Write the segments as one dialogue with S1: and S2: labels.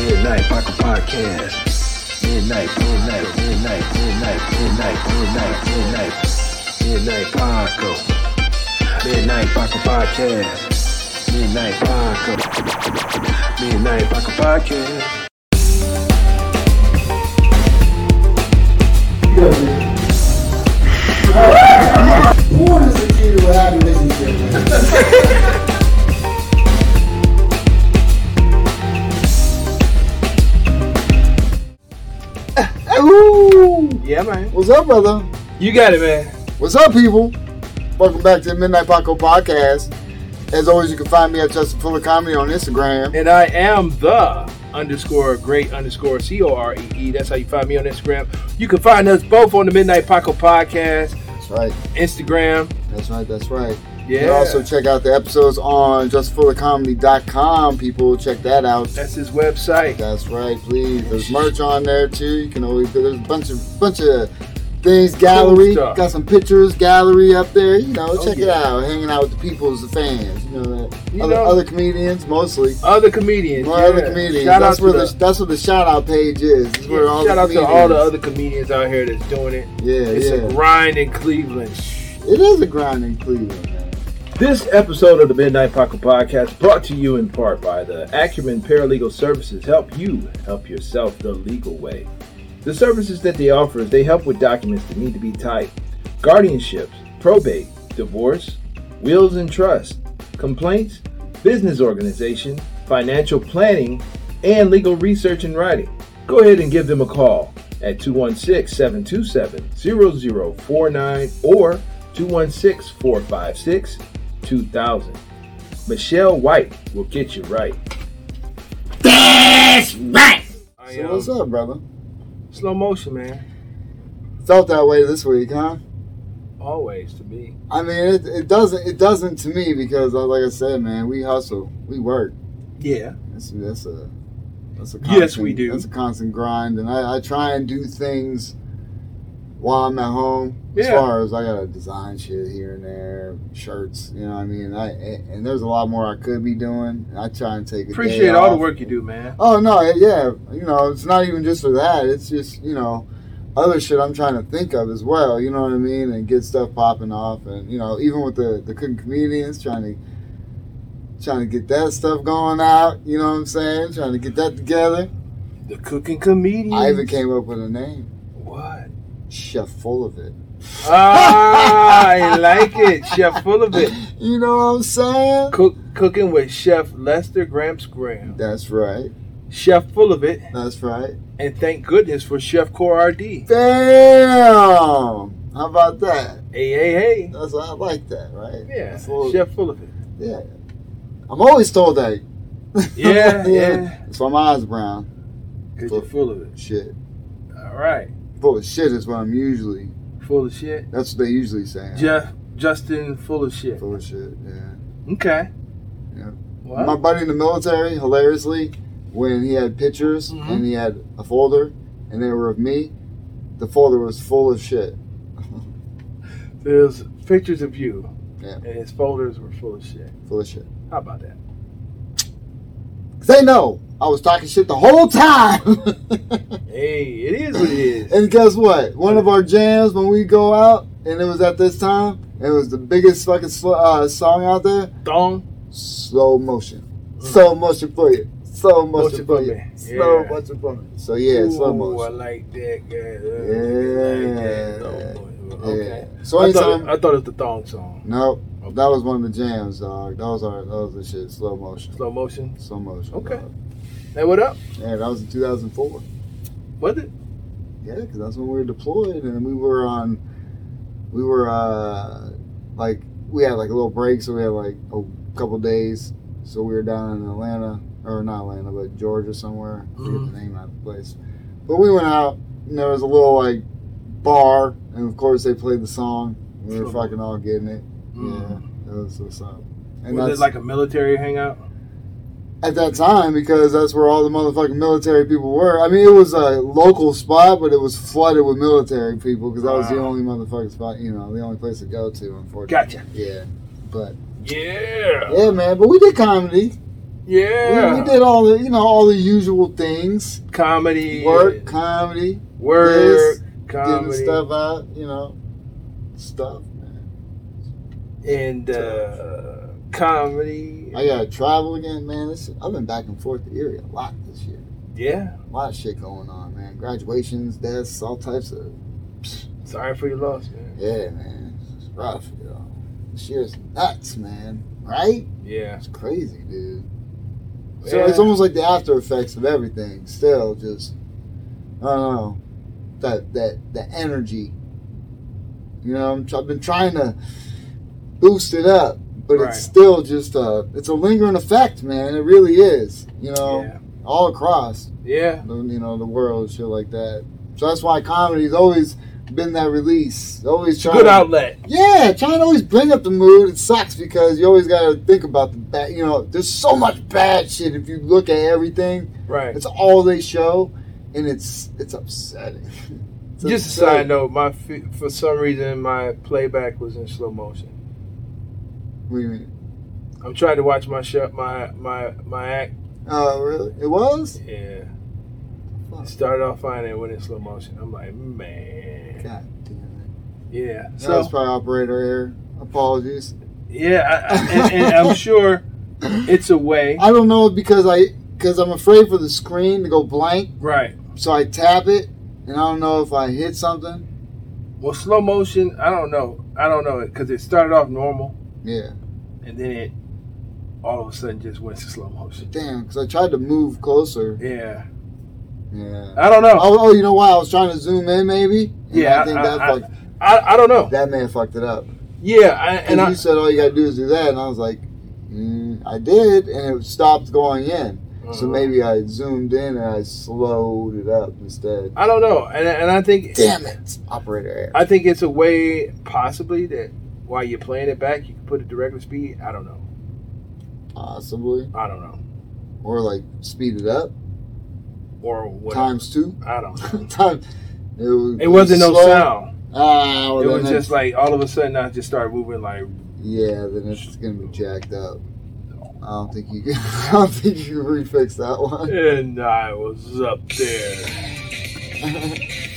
S1: Motherfucker Podcast. Midnight, midnight, midnight, midnight, midnight, midnight, midnight, midnight, Paco. Midnight Paco Podcast. Midnight Paco. Midnight Paco Podcast.
S2: Porn is the key to a happy relationship. Ooh.
S1: Yeah, man.
S2: What's up, brother?
S1: You got it, man.
S2: What's up, people? Welcome back to the Midnight Paco Podcast. As always, you can find me at Justin Fuller Comedy on Instagram.
S1: And I am the underscore great underscore C O R E E. That's how you find me on Instagram. You can find us both on the Midnight Paco Podcast,
S2: That's right.
S1: Instagram.
S2: That's right. That's right. You
S1: Yeah.
S2: can also check out the episodes on JustinFullerComedy.com. People, check that out.
S1: That's his website.
S2: That's right, please. There's merch on there too. You can always there's a bunch of bunch of things gallery.
S1: stuff.
S2: Got some pictures gallery up there. You know,
S1: Oh,
S2: check it
S1: yeah.
S2: out. Hanging out with the people's the fans. You know that.
S1: You
S2: other,
S1: know-
S2: other comedians mostly.
S1: Other comedians.
S2: Well,
S1: yeah.
S2: Other comedians.
S1: Shout
S2: that's
S1: out
S2: where
S1: to
S2: the,
S1: the-
S2: that's where the shout out page is. That's where all
S1: shout
S2: the
S1: out to all the other comedians
S2: comedians-
S1: out here that's doing it.
S2: Yeah,
S1: It's
S2: yeah.
S1: a grind in Cleveland.
S2: it is a grind in Cleveland. man.
S1: This episode of the Midnight Pocket Podcast brought to you in part by the Acumen Paralegal Services. Help you help yourself the legal way. The services that they offer is they help with documents that need to be typed, guardianships, probate, divorce, wills and trust, complaints, business organization, financial planning, and legal research and writing. Go ahead and give them a call at 216 727 0049 or 216 456 2000. Michelle White will get you right. That's
S2: So
S1: right!
S2: what's up, brother?
S1: um, Slow motion, man.
S2: Felt that way this week, huh?
S1: Always to me.
S2: I mean, it, it doesn't it doesn't to me because uh, like I said, man, we hustle, we work.
S1: Yeah.
S2: That's that's a that's a
S1: Yes, we do.
S2: That's a constant grind, and I, I try and do things while I'm at home. As
S1: Yeah.
S2: far as I gotta design shit here and there, shirts. You know what I mean? I and and there's a lot more I could be doing. I try and take a day
S1: Appreciate all the
S2: off.
S1: work you do, man.
S2: Oh no, yeah, you know, it's not even just for that. It's just you know, other shit I'm trying to think of as well. You know what I mean? And get stuff popping off, and you know, even with the the cooking comedians trying to trying to get that stuff going out. You know what I'm saying? Trying to get that together.
S1: The cooking comedian.
S2: I even came up with a name,
S1: What?
S2: Chef Full of It.
S1: Ah, I like it. Chef full of it.
S2: You know what I'm saying?
S1: Cook cooking with Chef Lester Gramps Graham.
S2: That's right.
S1: Chef full of it,
S2: That's right.
S1: and thank goodness for Chef Core RD.
S2: Damn. How about that?
S1: Hey, hey, hey.
S2: That's I like that, right?
S1: Yeah,
S2: Full of-
S1: Chef full of it.
S2: Yeah. I'm always told that.
S1: Yeah, yeah.
S2: That's why my eyes brown.
S1: Cause you're full of it.
S2: Shit.
S1: All right.
S2: Full of shit is what I'm usually.
S1: Full of shit.
S2: That's what they usually say.
S1: Jeff Justin full of shit.
S2: Full of shit. Yeah.
S1: Okay.
S2: Yeah. My
S1: Well,
S2: buddy in the military, hilariously, when he had pictures
S1: Mhm.
S2: and he had a folder and they were of me, the folder was full of shit.
S1: there's pictures of you,
S2: Yeah.
S1: and his folders were full of shit.
S2: Full of shit.
S1: How about that?
S2: 'Cause they know I was talking shit the whole time.
S1: Hey, it is what it is.
S2: And guess what? One of our jams when we go out, and it was at this time, it was the biggest fucking sl- uh, song out there.
S1: Thong.
S2: Slow motion, slow motion for you, slow motion,
S1: Mm. Motion
S2: for
S1: for
S2: you,
S1: me.
S2: slow
S1: Yeah.
S2: motion for me. So yeah, slow
S1: Ooh, I
S2: motion.
S1: like that. Yeah.
S2: Yeah.
S1: Okay.
S2: Yeah. So
S1: I, thought
S2: anytime,
S1: it, I thought it was the thong song.
S2: no, that was one of the jams, dog. That was our, that was the shit. Slow motion,
S1: Slow motion.
S2: slow motion.
S1: Okay.
S2: dog.
S1: Hey, what up?
S2: Yeah, that was in 2004.
S1: Was it?
S2: Yeah, because that's when we were deployed, and we were on, we were uh, like we had like a little break, so we had like a couple days. So we were down in Atlanta, or not Atlanta, but Georgia somewhere. I forget
S1: Mhm.
S2: the name of the place. But we went out, and there was a little like bar, and of course they played the song. and We were
S1: Trouble.
S2: fucking all getting it.
S1: Mm.
S2: Yeah, that was what's up. And
S1: was
S2: that's
S1: it like a military hangout?
S2: at that time because that's where all the motherfucking military people were. I mean, it was a local spot, but it was flooded with military people because that was the
S1: Wow.
S2: only motherfucking spot, you know, the only place to go to, unfortunately.
S1: Gotcha.
S2: Yeah. But,
S1: Yeah.
S2: yeah, man, but we did comedy.
S1: Yeah.
S2: We, we did all the you know all the usual things:
S1: comedy.
S2: work, comedy,
S1: Work.
S2: this, getting
S1: comedy.
S2: stuff out. You know, stuff. Man.
S1: And uh, comedy.
S2: I gotta travel again, man. This, I've been back and forth to Erie a lot this year.
S1: yeah.
S2: A lot of shit going on, man. Graduations, deaths, all types of.
S1: Sorry for your loss, man.
S2: Yeah, man. It's rough, you know. This year's nuts, man. Right?
S1: Yeah.
S2: It's crazy, dude. So
S1: Yeah.
S2: it's almost like the after effects of everything. Still, just I don't know that that the energy. You know, I'm, tr- I've been trying to boost it up, but
S1: Right.
S2: it's still just a it's a lingering effect, man. It really is. You know,
S1: Yeah.
S2: all across
S1: Yeah.
S2: the, you know the world, and shit like that. So that's why comedy's always been that release. Always trying
S1: Good
S2: to
S1: outlet.
S2: yeah, trying to always bring up the mood. It sucks because you always got to think about the bad. You know, there's so much bad shit. If you look at everything,
S1: Right.
S2: it's all they show, and it's it's upsetting. It's
S1: Just a
S2: upsetting.
S1: side note, my fi- for some reason my playback was in slow motion.
S2: What do you mean?
S1: I'm trying to watch my show, my my my act.
S2: Oh, really? It was.
S1: Yeah.
S2: Fuck.
S1: It started off fine and it went in slow motion. I'm like, man.
S2: God damn
S1: Yeah.
S2: it. that
S1: So
S2: was probably operator error. Apologies.
S1: yeah, I, I, and, and I'm sure it's a way.
S2: I don't know because I because I'm afraid for the screen to go blank,
S1: Right.
S2: so I tap it, and I don't know if I hit something.
S1: Well, slow motion. I don't know. I don't know because it started off normal
S2: Yeah.
S1: and then it all of a sudden just went to slow motion.
S2: Damn, because I tried to move closer.
S1: Yeah.
S2: Yeah.
S1: I don't know.
S2: Oh, oh, you know why? I was trying to zoom in, maybe. And
S1: Yeah,
S2: I think
S1: I-
S2: that
S1: I-
S2: fucked,
S1: I, I don't know.
S2: that may have fucked it up.
S1: Yeah. I, and
S2: And
S1: I.
S2: you said all you gotta do is do that, and I was like, mm, I did, and it stopped going in.
S1: Uh-huh.
S2: So maybe I zoomed in and I slowed it up instead.
S1: I don't know. And and I think
S2: Damn it, operator error.
S1: I think it's a way possibly that while you're playing it back, you can put it to regular speed. I don't know.
S2: Possibly,
S1: I don't know.
S2: or like speed it up
S1: Or what?
S2: times two.
S1: I don't know.
S2: Time. It, was,
S1: It wasn't no
S2: slow.
S1: sound.
S2: Ah, well,
S1: It was
S2: then
S1: just
S2: it's,
S1: like all of a sudden I just started moving like
S2: yeah. Then it's gonna be jacked up. I don't think you. Can, I don't think you can refix that one.
S1: and I was up there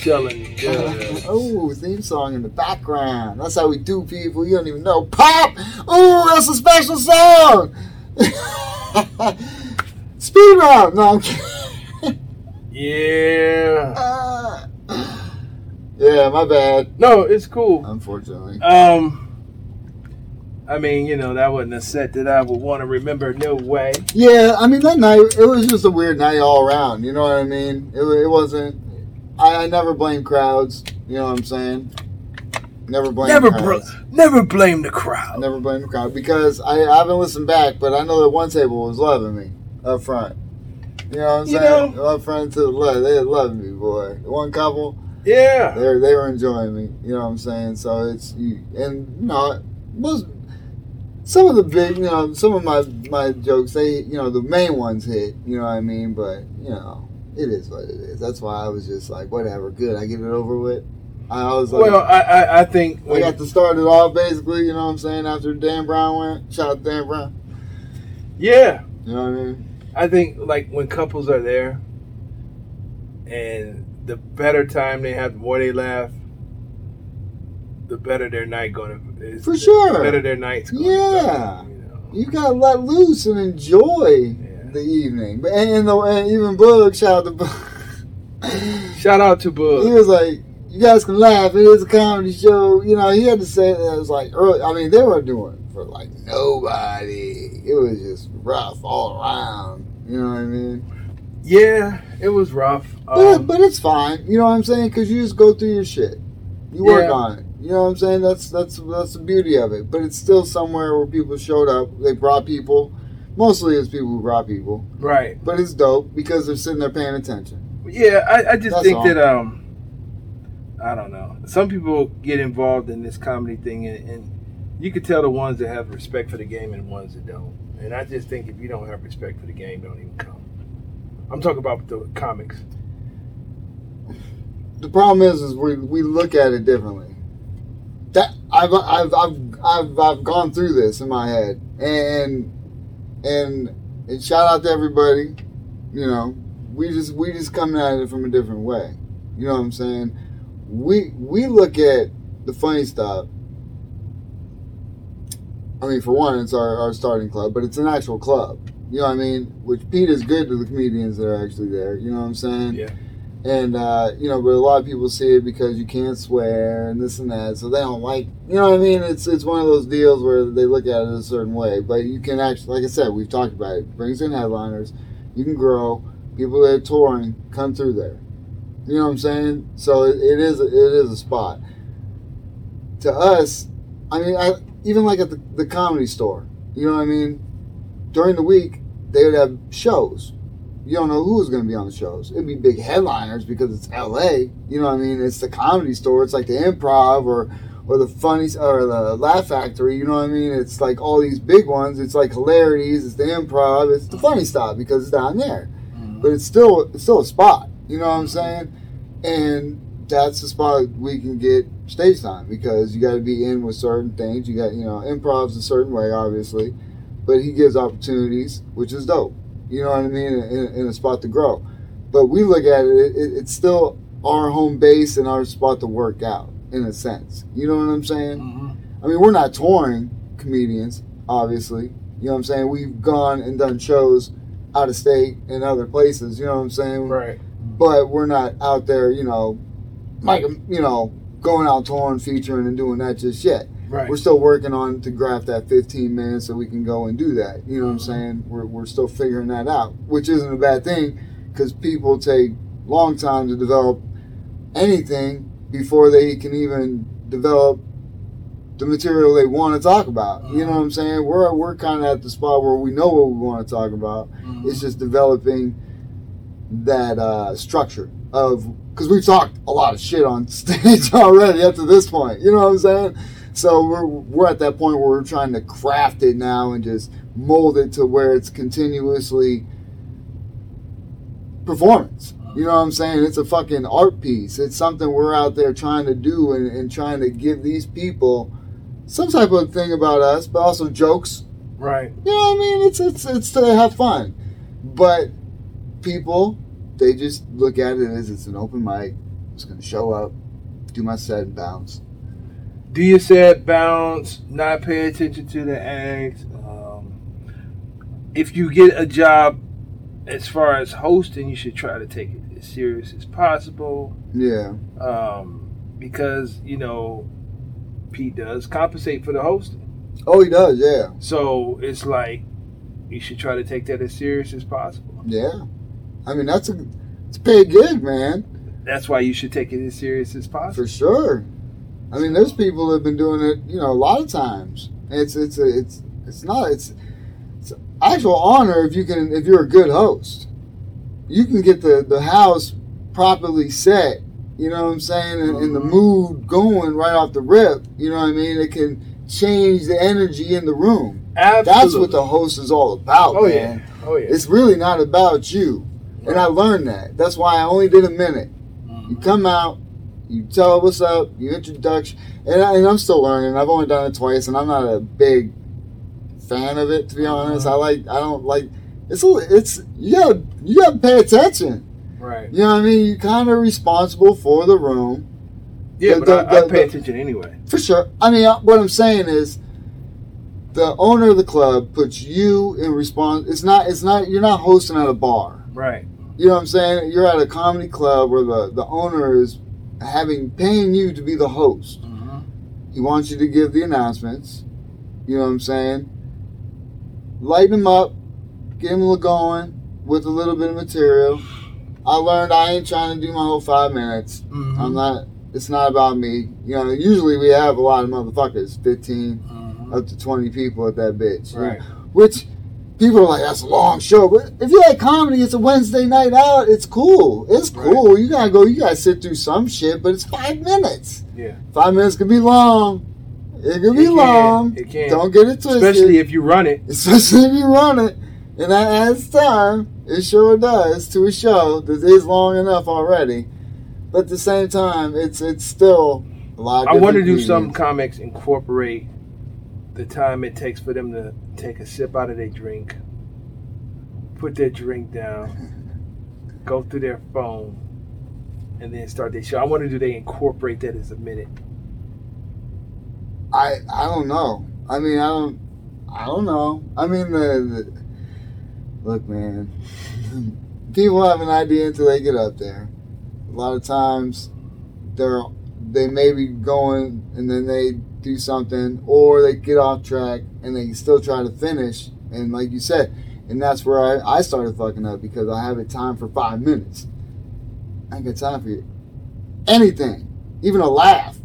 S1: telling girls.
S2: oh, theme song in the background. That's how we do, people. You don't even know. Pop! Oh, that's a special song! Speed round! No, I'm kidding.
S1: Yeah.
S2: yeah, my bad.
S1: No, it's cool.
S2: Unfortunately.
S1: Um I mean, you know, that wasn't a set that I would want to remember no way.
S2: Yeah, I mean, that night, it was just a weird night all around. You know what I mean? It, wa- it wasn't. I, I never blame crowds. You know what I'm saying? Never blame
S1: Never
S2: crowds.
S1: bro- never blame the crowd.
S2: Never blame the crowd because I, I haven't listened back, but I know that one table was loving me up front. You know what I'm
S1: You
S2: saying? Up front to the left, they loved me, boy. The One couple, they
S1: Yeah.
S2: were, they were enjoying me. You know what I'm saying? So it's you and you know most some of the big you know some of my my jokes they you know the main ones hit. You know what I mean? But you know it is what it is. That's why I was just like whatever, good. I get it over with. I was like,
S1: Well, I I, I think
S2: we
S1: when
S2: got to start it off basically, you know what I'm saying, after Dan Brown went. Shout out Dan Brown.
S1: yeah.
S2: You know what I mean?
S1: I think like when couples are there, and the better time they have, the more they laugh, the better their night going to is.
S2: For
S1: the
S2: sure.
S1: better their night's going.
S2: Yeah.
S1: to, you
S2: You gotta let loose and enjoy
S1: know.
S2: the evening. But and, the, and even Boog, shout out to Boog.
S1: yeah. Shout out to
S2: he
S1: Boog.
S2: was like, You guys can laugh, it is a comedy show. You know, he had to say that it was like early I mean, they were doing it for like nobody. It was just rough all around. You know what I mean?
S1: Yeah, it was rough.
S2: But,
S1: Um,
S2: but it's fine. You know what I'm saying? Because you just go through your shit. You work
S1: Yeah.
S2: on it. You know what I'm saying? That's that's that's the beauty of it. But it's still somewhere where people showed up. They brought people. Mostly it's people who brought people.
S1: right.
S2: But it's dope because they're sitting there paying attention.
S1: Yeah, I, I just
S2: That's
S1: think
S2: all.
S1: that um, I don't know. Some people get involved in this comedy thing, and, and you could tell the ones that have respect for the game and the ones that don't. And I just think if you don't have respect for the game, don't even come. I'm talking about the comics.
S2: The problem is, is we we look at it differently. That I've I've I've I've, I've gone through this in my head, and and and shout out to everybody. You know, we just we just coming at it from a different way. You know what I'm saying? We we look at the funny stuff. I mean, for one, it's our, our starting club, but it's an actual club. You know what I mean? Which Pete is good to the comedians that are actually there. You know what I'm saying?
S3: Yeah.
S2: And uh, you know, but a lot of people see it because you can't swear and this and that, so they don't like. You know what I mean? It's it's one of those deals where they look at it a certain way, but you can actually, like I said, we've talked about it. Brings in headliners, you can grow. People that are touring come through there. You know what I'm saying? So it, it is it is a spot. To us, I mean, I, even like at the, the comedy store. You know what I mean? During the week, they would have shows. You don't know who's going to be on the shows. It'd be big headliners because it's L.A. You know what I mean? It's the comedy store. It's like the Improv or or the Funny or the Laugh Factory. You know what I mean? It's like all these big ones. It's like Hilarities. It's the Improv. It's the Funny Stop because it's down there. But it's still it's still a spot. You know what I'm saying? And that's the spot we can get stage time because you got to be in with certain things. You got you know improv's a certain way, obviously, but he gives opportunities, which is dope. You know what I mean? In, in a spot to grow, but we look at it, it, it's still our home base and our spot to work out in a sense. You know what I'm saying?
S1: Mm-hmm.
S2: I mean, we're not touring comedians, obviously. You know what I'm saying? We've gone and done shows out of state and other places. You know what I'm saying?
S3: Right.
S2: but we're not out there, you know, like you know, going out touring, featuring, and doing that just yet.
S3: Right.
S2: We're still working on to graph that 15 minutes so we can go and do that. You know what I'm saying? We're, we're still figuring that out, which isn't a bad thing because people take long time to develop anything before they can even develop the material they want to talk about. You know what I'm saying? We're, we're kind of at the spot where we know what we want to talk about.
S1: Mm-hmm.
S2: It's just developing that uh, structure of because we've talked a lot of shit on stage already up to this point. You know what I'm saying? So we're we're at that point where we're trying to craft it now and just mold it to where it's continuously performance. You know what I'm saying? It's a fucking art piece. It's something we're out there trying to do and, and trying to give these people some type of thing about us, but also jokes
S3: Right.
S2: you know what I mean? It's it's it's to have fun, but people they just look at it as it's an open mic. I'm just gonna show up, do my set and bounce.
S3: Do you said bounce, not pay attention to the acts. Um, if you get a job as far as hosting, you should try to take it as serious as possible.
S2: Yeah,
S3: Um, because, you know, Pete does compensate for the hosting.
S2: oh he does, yeah,
S3: So it's like you should try to take that as serious as possible.
S2: yeah. I mean that's a it's a paid gig, man,
S3: That's why you should take it as serious as
S2: for
S3: possible.
S2: sure. I mean there's people that have been doing it, you know, a lot of times. It's it's a, it's it's not it's it's an actual honor if you can if you're a good host. You can get the the house properly set you know what I'm saying, and, and the
S3: Mhm.
S2: mood going right off the rip. You know what I mean? It can change the energy in the room.
S3: Absolutely.
S2: That's what the host is all about,
S3: Oh,
S2: man.
S3: yeah. Oh, yeah.
S2: It's really not about you. And I learned that. That's why I only did a minute. You
S3: Mm-hmm.
S2: come out, you tell what's up, you introduction, and, I, and I'm still learning. I've only done it twice, and I'm not a big fan of it to be honest. I like, I don't like. It's, a, it's you gotta, you gotta pay attention.
S3: Right.
S2: You know what I mean? You're kind of responsible for the room.
S3: Yeah,
S2: The-
S3: but
S2: the-
S3: I, I
S2: the-
S3: pay
S2: the-
S3: attention anyway.
S2: For sure. I mean, uh, what I'm saying is, the owner of the club puts you in response. It's not. It's not. You're not hosting at a bar.
S3: Right.
S2: You know what I'm saying? You're at a comedy club where the the owner is having paying you to be the host.
S3: Mm-hmm.
S2: He wants you to give the announcements. You know what I'm saying? Lighten him up, get him going with a little bit of material. I learned I ain't trying to do my whole five minutes. I'm not. It's not about me. You know. Usually we have a lot of motherfuckers, fifteen up to twenty people at that bitch. you know,
S3: Mm-hmm. Right.
S2: Which people are like, that's a long show. But if you like comedy, it's a Wednesday night out. It's cool. It's
S3: Right.
S2: cool. You gotta go. You gotta sit through some shit. But it's five minutes.
S3: Yeah.
S2: Five minutes could be long. It could
S3: It
S2: be
S3: can,
S2: long.
S3: it can.
S2: Don't get it twisted.
S3: Especially if you run it.
S2: Especially if you run it. And that adds time. It sure does to a show that is long enough already. But at the same time, it's it's still a lot. Of
S3: I want to
S2: different
S3: do some
S2: comedians.
S3: comics incorporate the time it takes for them to take a sip out of their drink
S1: put their drink down, go through their phone, and then start their show. I wonder do they incorporate that as a minute?
S2: I I don't know. I mean, I don't I don't know. I mean, the, the look, man. People have an idea until they get up there. A lot of times, they're they may be going and then they do something, or they get off track and they still try to finish. And like you said, and that's where I, I started fucking up because I have it time for five minutes. I ain't got time for you. anything, even a laugh.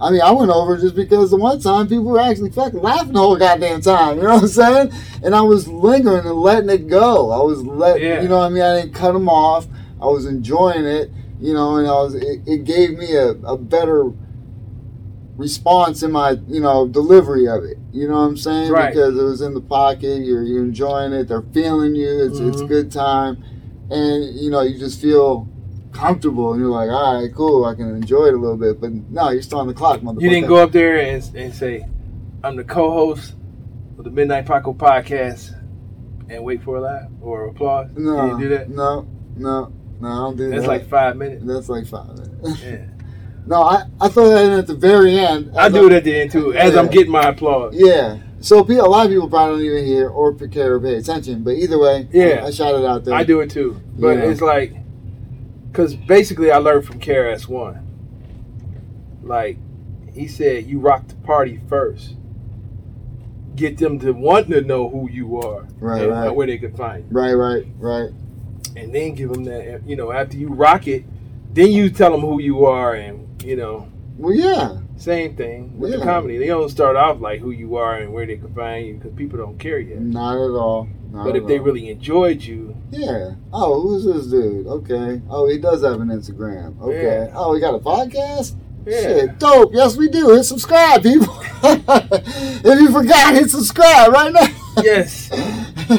S2: I mean, I went over just because the one time people were actually fucking laughing the whole goddamn time. You know what I'm saying? And I was lingering and letting it go. I was let,
S1: Yeah.
S2: you know what I mean? I didn't cut them off. I was enjoying it, you know, and I was. It, it gave me a, a better response in my, you know, delivery of it. You know what I'm saying?
S1: Right.
S2: Because it was in the pocket. You're you're enjoying it. They're feeling you. It's it's
S1: Mhm.
S2: good time, and you know you just feel comfortable and you're like, all right, cool, I can enjoy it a little bit. But no, you're still on the clock, motherfucker.
S1: You didn't go up there and, and say, I'm the co host of the Midnight Paco podcast and wait for a laugh or applause.
S2: No,
S1: You didn't do that?
S2: No, no, no, I don't do
S1: That's
S2: that.
S1: like five minutes.
S2: that's like five minutes.
S1: Yeah.
S2: no, I, I throw that in at the very end.
S1: I do it at the end too, as I'm
S2: Yeah.
S1: getting my applause.
S2: Yeah. So pe- a lot of people probably don't even hear or care or pay attention. But either way,
S1: Yeah.
S2: I, I shout it out there.
S1: I do it too. But
S2: Yeah.
S1: it's like, because basically I learned from KRS One. Like, he said, you rock the party first. Get them to want to know who you are
S2: Right,
S1: and
S2: right.
S1: where they can find
S2: Right, right, right.
S1: you. And then give them that, you know, after you rock it, then you tell them who you are and, you know,
S2: Well, yeah,
S1: same thing with
S2: Yeah.
S1: the comedy. They don't start off like who you are and where they can find you because people don't care yet.
S2: not at all. Not
S1: But
S2: at
S1: if they
S2: all.
S1: really enjoyed you,
S2: Yeah. Oh, who's this dude? Okay. Oh, he does have an Instagram. Okay.
S1: Yeah.
S2: Oh, he got a podcast?
S1: Yeah.
S2: Shit, dope. Yes, we do. Hit subscribe, people. if you forgot, hit subscribe right now.
S1: yes,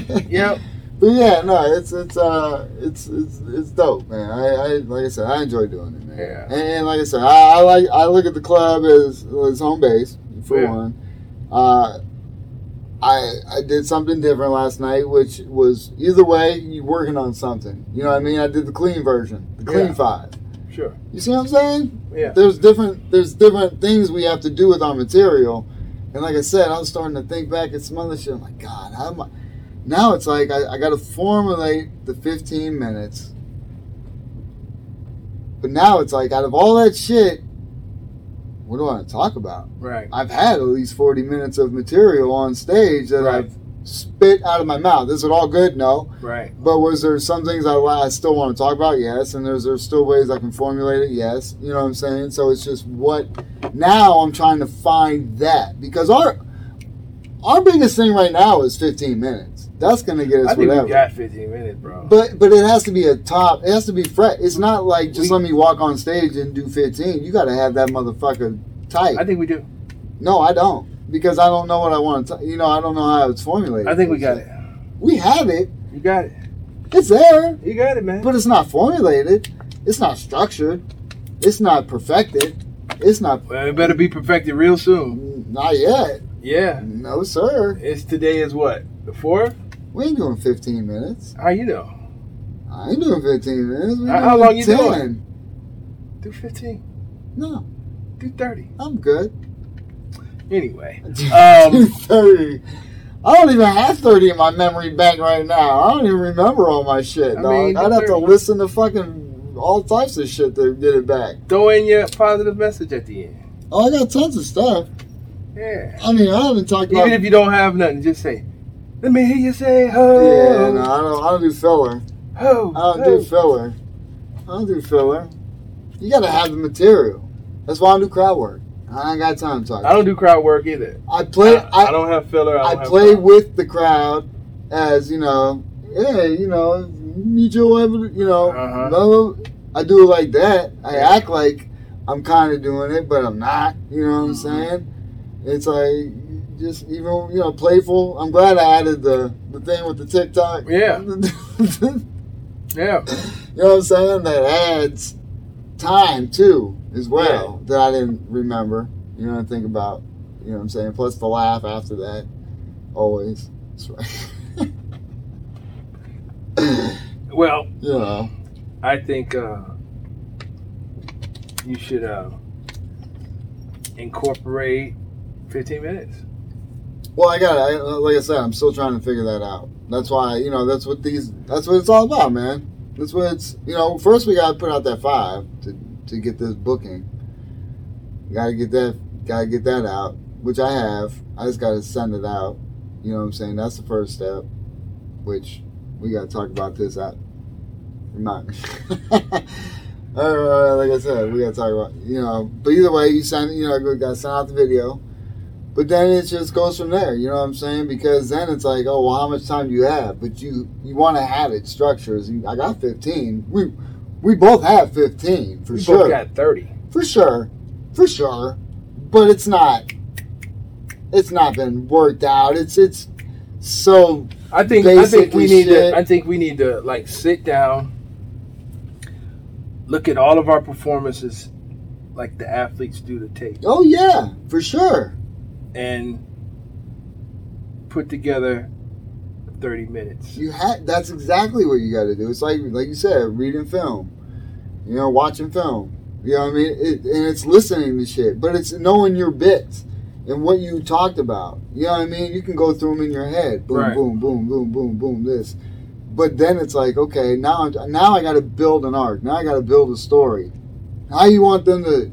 S1: yep.
S2: But yeah, no, it's it's uh it's it's it's dope, man. I, I like I said, I enjoy doing it, man.
S1: Yeah.
S2: And, and like I said, I, I like I look at the club as as home base for
S1: Yeah.
S2: one. Uh, I I did something different last night, which was either way, you working on something. You know what I mean? I did the clean version, the clean
S1: Yeah.
S2: five.
S1: Sure.
S2: You see what I'm saying?
S1: Yeah.
S2: there's different there's different things we have to do with our material and like i said i was starting to think back at some other shit i'm like god how am i now it's like i, I gotta formulate the 15 minutes but now it's like out of all that shit what do i want to talk about
S1: Right.
S2: i've had at least 40 minutes of material on stage that
S1: Right.
S2: i've spit out of my mouth is it all good no
S1: Right.
S2: but was there some things I, I still want to talk about? Yes. And there's there's still ways I can formulate it? Yes. You know what I'm saying? So it's just what now I'm trying to find that because our our biggest thing right now is 15 minutes. That's going to get us
S1: I think
S2: whatever.
S1: we got 15 minutes, bro.
S2: but but it has to be a top. It has to be fresh. It's not like just
S1: We-
S2: let me walk on stage and do 15. You got to have that motherfucker tight.
S1: I think we do.
S2: no, I don't because I don't know what I want to. You know, I don't know how it's formulated.
S1: I think we got it.
S2: We have it.
S1: You got it.
S2: It's there.
S1: You got it, man.
S2: But it's not formulated. It's not structured. It's not perfected. It's not
S1: Well, it better be perfected real soon.
S2: not yet.
S1: Yeah.
S2: No sir.
S1: It's today is what? The fourth?
S2: We ain't doing 15 minutes.
S1: How you know?
S2: I ain't doing 15 minutes. We
S1: How- how
S2: doing
S1: long you doing? Do 15.
S2: No,
S1: Do 30.
S2: I'm good.
S1: Anyway.
S2: Um, 30. I don't even have 30 in my memory bank right now. I don't even remember all my shit,
S1: I
S2: dog.
S1: mean,
S2: I'd have to
S1: 30.
S2: listen to fucking all types of shit to get it back.
S1: Throw in your positive message at the end.
S2: Oh, I got tons of stuff.
S1: Yeah.
S2: I mean, I haven't talked about.
S1: Even if you don't have nothing, just say, let me hear you say ho.
S2: yeah, no, I don't, I don't do filler.
S1: ho,
S2: I don't
S1: ho."
S2: do filler. I don't do filler. You gotta have the material. That's why I do crowd work. I ain't got time to talk.
S1: I don't do crowd work either.
S2: I play.
S1: I, I
S2: I,
S1: don't have filler. I,
S2: I,
S1: don't have
S2: play
S1: crowd.
S2: with the crowd, as you know. Hey, you know, mutual evidence. You know,
S1: Uh-huh.
S2: no, I do it like that. I act like I'm kind of doing it, but I'm not. You know what I'm
S1: Mhm.
S2: saying? It's like just even you know playful. I'm glad I added the the thing with the TikTok. Yeah.
S1: Yeah.
S2: You know what I'm saying? That adds time too, as well, that I didn't remember. You know, and think about. You know what I'm saying? Plus the laugh after that, always. That's right.
S1: Well,
S2: You know,
S1: I think uh, you should uh, incorporate 15 minutes.
S2: well, I got. I, like I said, I'm still trying to figure that out. That's why you know that's what these. That's what it's all about, man. That's what it's. You know, first we gotta put out that five to to get this booking. Gotta get that. Gotta get that out, which I have. I just gotta send it out. You know what I'm saying? That's the first step. Which we gotta talk about this out. Not. Uh, like I said, we gotta talk about you know. But either way, you send you know we gotta send out the video. But then it just goes from there, you know what I'm saying? Because then it's like, oh well, how much time do you have? But you you want to have it structures. You, I got 15. We we both have 15 for
S1: We
S2: sure,
S1: both got 30.
S2: for sure, for sure. But it's not it's not been worked out. It's it's so
S1: I think I think
S2: Basically
S1: we need
S2: shit.
S1: to I think we need to like sit down, look at all of our performances, like the athletes do to tape,
S2: oh yeah for sure
S1: and put together 30 minutes.
S2: you had that's exactly what you got to do. It's like like you said, reading film, you know, watching film. You know what I mean? It, and it's listening to shit, but it's knowing your bits and what you talked about. You know what I mean? You can go through them in your head. Boom,
S1: Right.
S2: boom, boom, boom, boom, boom. This, but then it's like, okay, now I'm- now I got to build an arc. Now I got to build a story. How you want them to?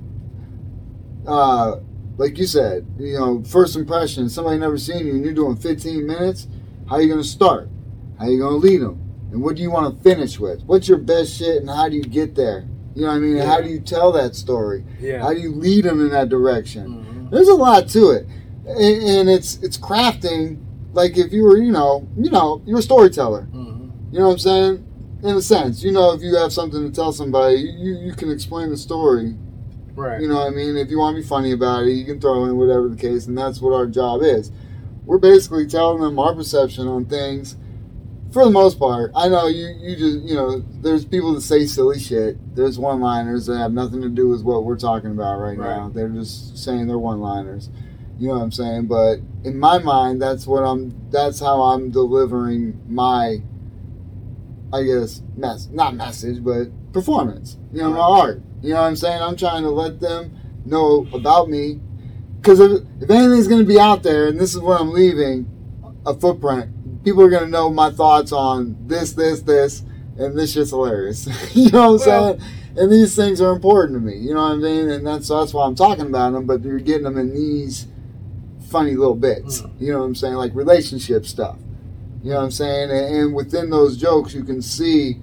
S2: Uh, like you said, you know, first impression. Somebody never seen you, and you're doing 15 minutes. How you gonna start? How you gonna lead them? And what do you want to finish with? What's your best shit, and how do you get there? You know what I mean? And How do you tell that story?
S1: Yeah.
S2: How do you lead them in that direction?
S1: Mhm.
S2: There's a lot to it, and, and it's it's crafting. Like if you were, you know, you know, you're a storyteller.
S1: Mhm.
S2: You know what I'm saying? In a sense, you know, if you have something to tell somebody, you, you can explain the story.
S1: Right.
S2: You know what I mean? If you want to be funny about it, you can throw in whatever the case, and that's what our job is. We're basically telling them our perception on things. For the most part, I know you, you just, you know, there's people that say silly shit. There's one liners that have nothing to do with what we're talking about right,
S1: Right.
S2: now. They're just saying they're one liners. You know what I'm saying? But in my mind, that's what I'm, that's how I'm delivering my, I guess, mess, not message, but performance. You know, my art. You know what I'm saying? I'm trying to let them know about me. Because if, if anything's going to be out there, and this is what I'm leaving, a footprint, people are going to know my thoughts on this, this, this, and this shit's hilarious. you know what I'm
S1: Well-
S2: saying? And these things are important to me. You know what I mean? And that's that's why I'm talking about them. But you're getting them in these funny little bits.
S1: Mm.
S2: You know what I'm saying? Like relationship stuff. You know what I'm saying? And, and within those jokes, you can see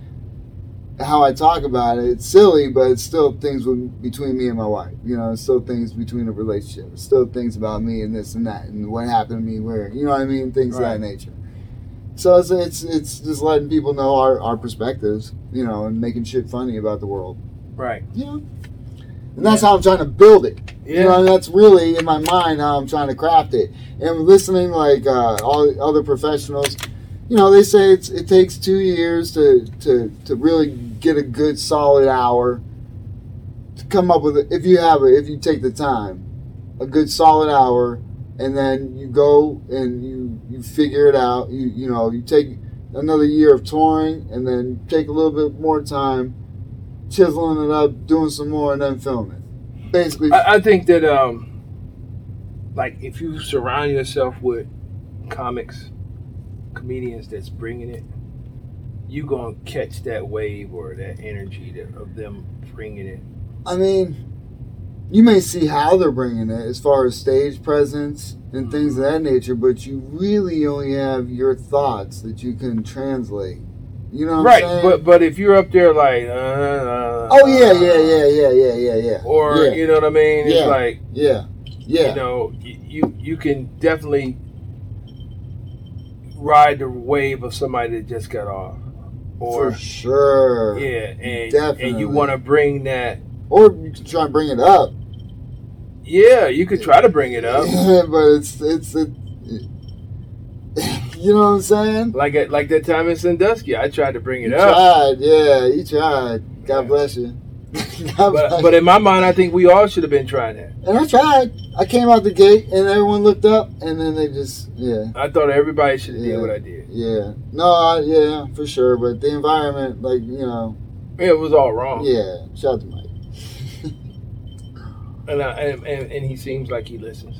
S2: how I talk about it. It's silly, but it's still things with, between me and my wife. You know, it's still things between the relationship. It's still things about me and this and that and what happened to me where. You know what I mean? Things of
S1: Right.
S2: that nature. So it's, it's it's just letting people know our, our perspectives, you know, and making shit funny about the world.
S1: Right.
S2: You know? And that's how I'm trying to build it.
S1: Yeah.
S2: You know, and that's really in my mind how I'm trying to craft it. And listening, like uh, all other professionals, you know, they say it's, it takes two years to, to to really get a good solid hour to come up with it. If you have it, if you take the time, a good solid hour, and then you go and you you figure it out. You you know, you take another year of touring, and then take a little bit more time chiseling it up, doing some more, and then filming. it. Basically,
S1: I, I think that um like if you surround yourself with comics comedians that's bringing it you gonna catch that wave or that energy that, of them bringing it
S2: I mean, you may see how they're bringing it as far as stage presence and things of
S1: Mm-hmm.
S2: that nature, but you really only have your thoughts that you can translate. You know what
S1: right
S2: I'm saying?
S1: but but if you're up there like uh, uh,
S2: oh yeah, yeah, yeah, yeah, yeah, yeah, yeah.
S1: or
S2: yeah,
S1: you know what i mean
S2: Yeah.
S1: it's like
S2: yeah, yeah.
S1: you know y- you you can definitely ride the wave of somebody that just got off or
S2: for sure.
S1: yeah and and
S2: Definitely.
S1: you want to bring that
S2: Or you can try and bring it up,
S1: Yeah, you could try to bring it up.
S2: but it's it's it, you know what I'm saying?
S1: Like at, like that time in Sandusky, I tried to bring it
S2: you
S1: up.
S2: tried, yeah, you tried. God bless you.
S1: But, but in my mind, I think we all should have been trying that.
S2: and I tried. I came out the gate, and everyone looked up, and then they just yeah.
S1: I thought everybody should have
S2: Yeah.
S1: did what I did.
S2: Yeah. No, I, yeah, for sure. But the environment, like, you know,
S1: It was all wrong.
S2: yeah. Shout out to Mike.
S1: And, I, and, and and he seems like he listens.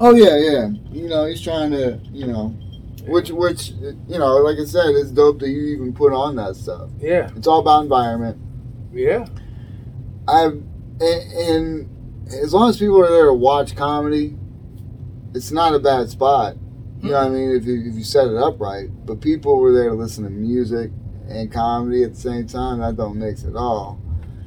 S2: Oh, yeah, yeah. You know, he's trying to, you know, which, which, you know, like I said, it's dope that you even put on that stuff.
S1: Yeah,
S2: It's all about environment.
S1: yeah,
S2: I've, and, and as long as people are there to watch comedy, it's not a bad spot. You know
S1: Hmm.
S2: what I mean? If you, if you set it up right. But people were there to listen to music and comedy at the same time. That don't mix at all.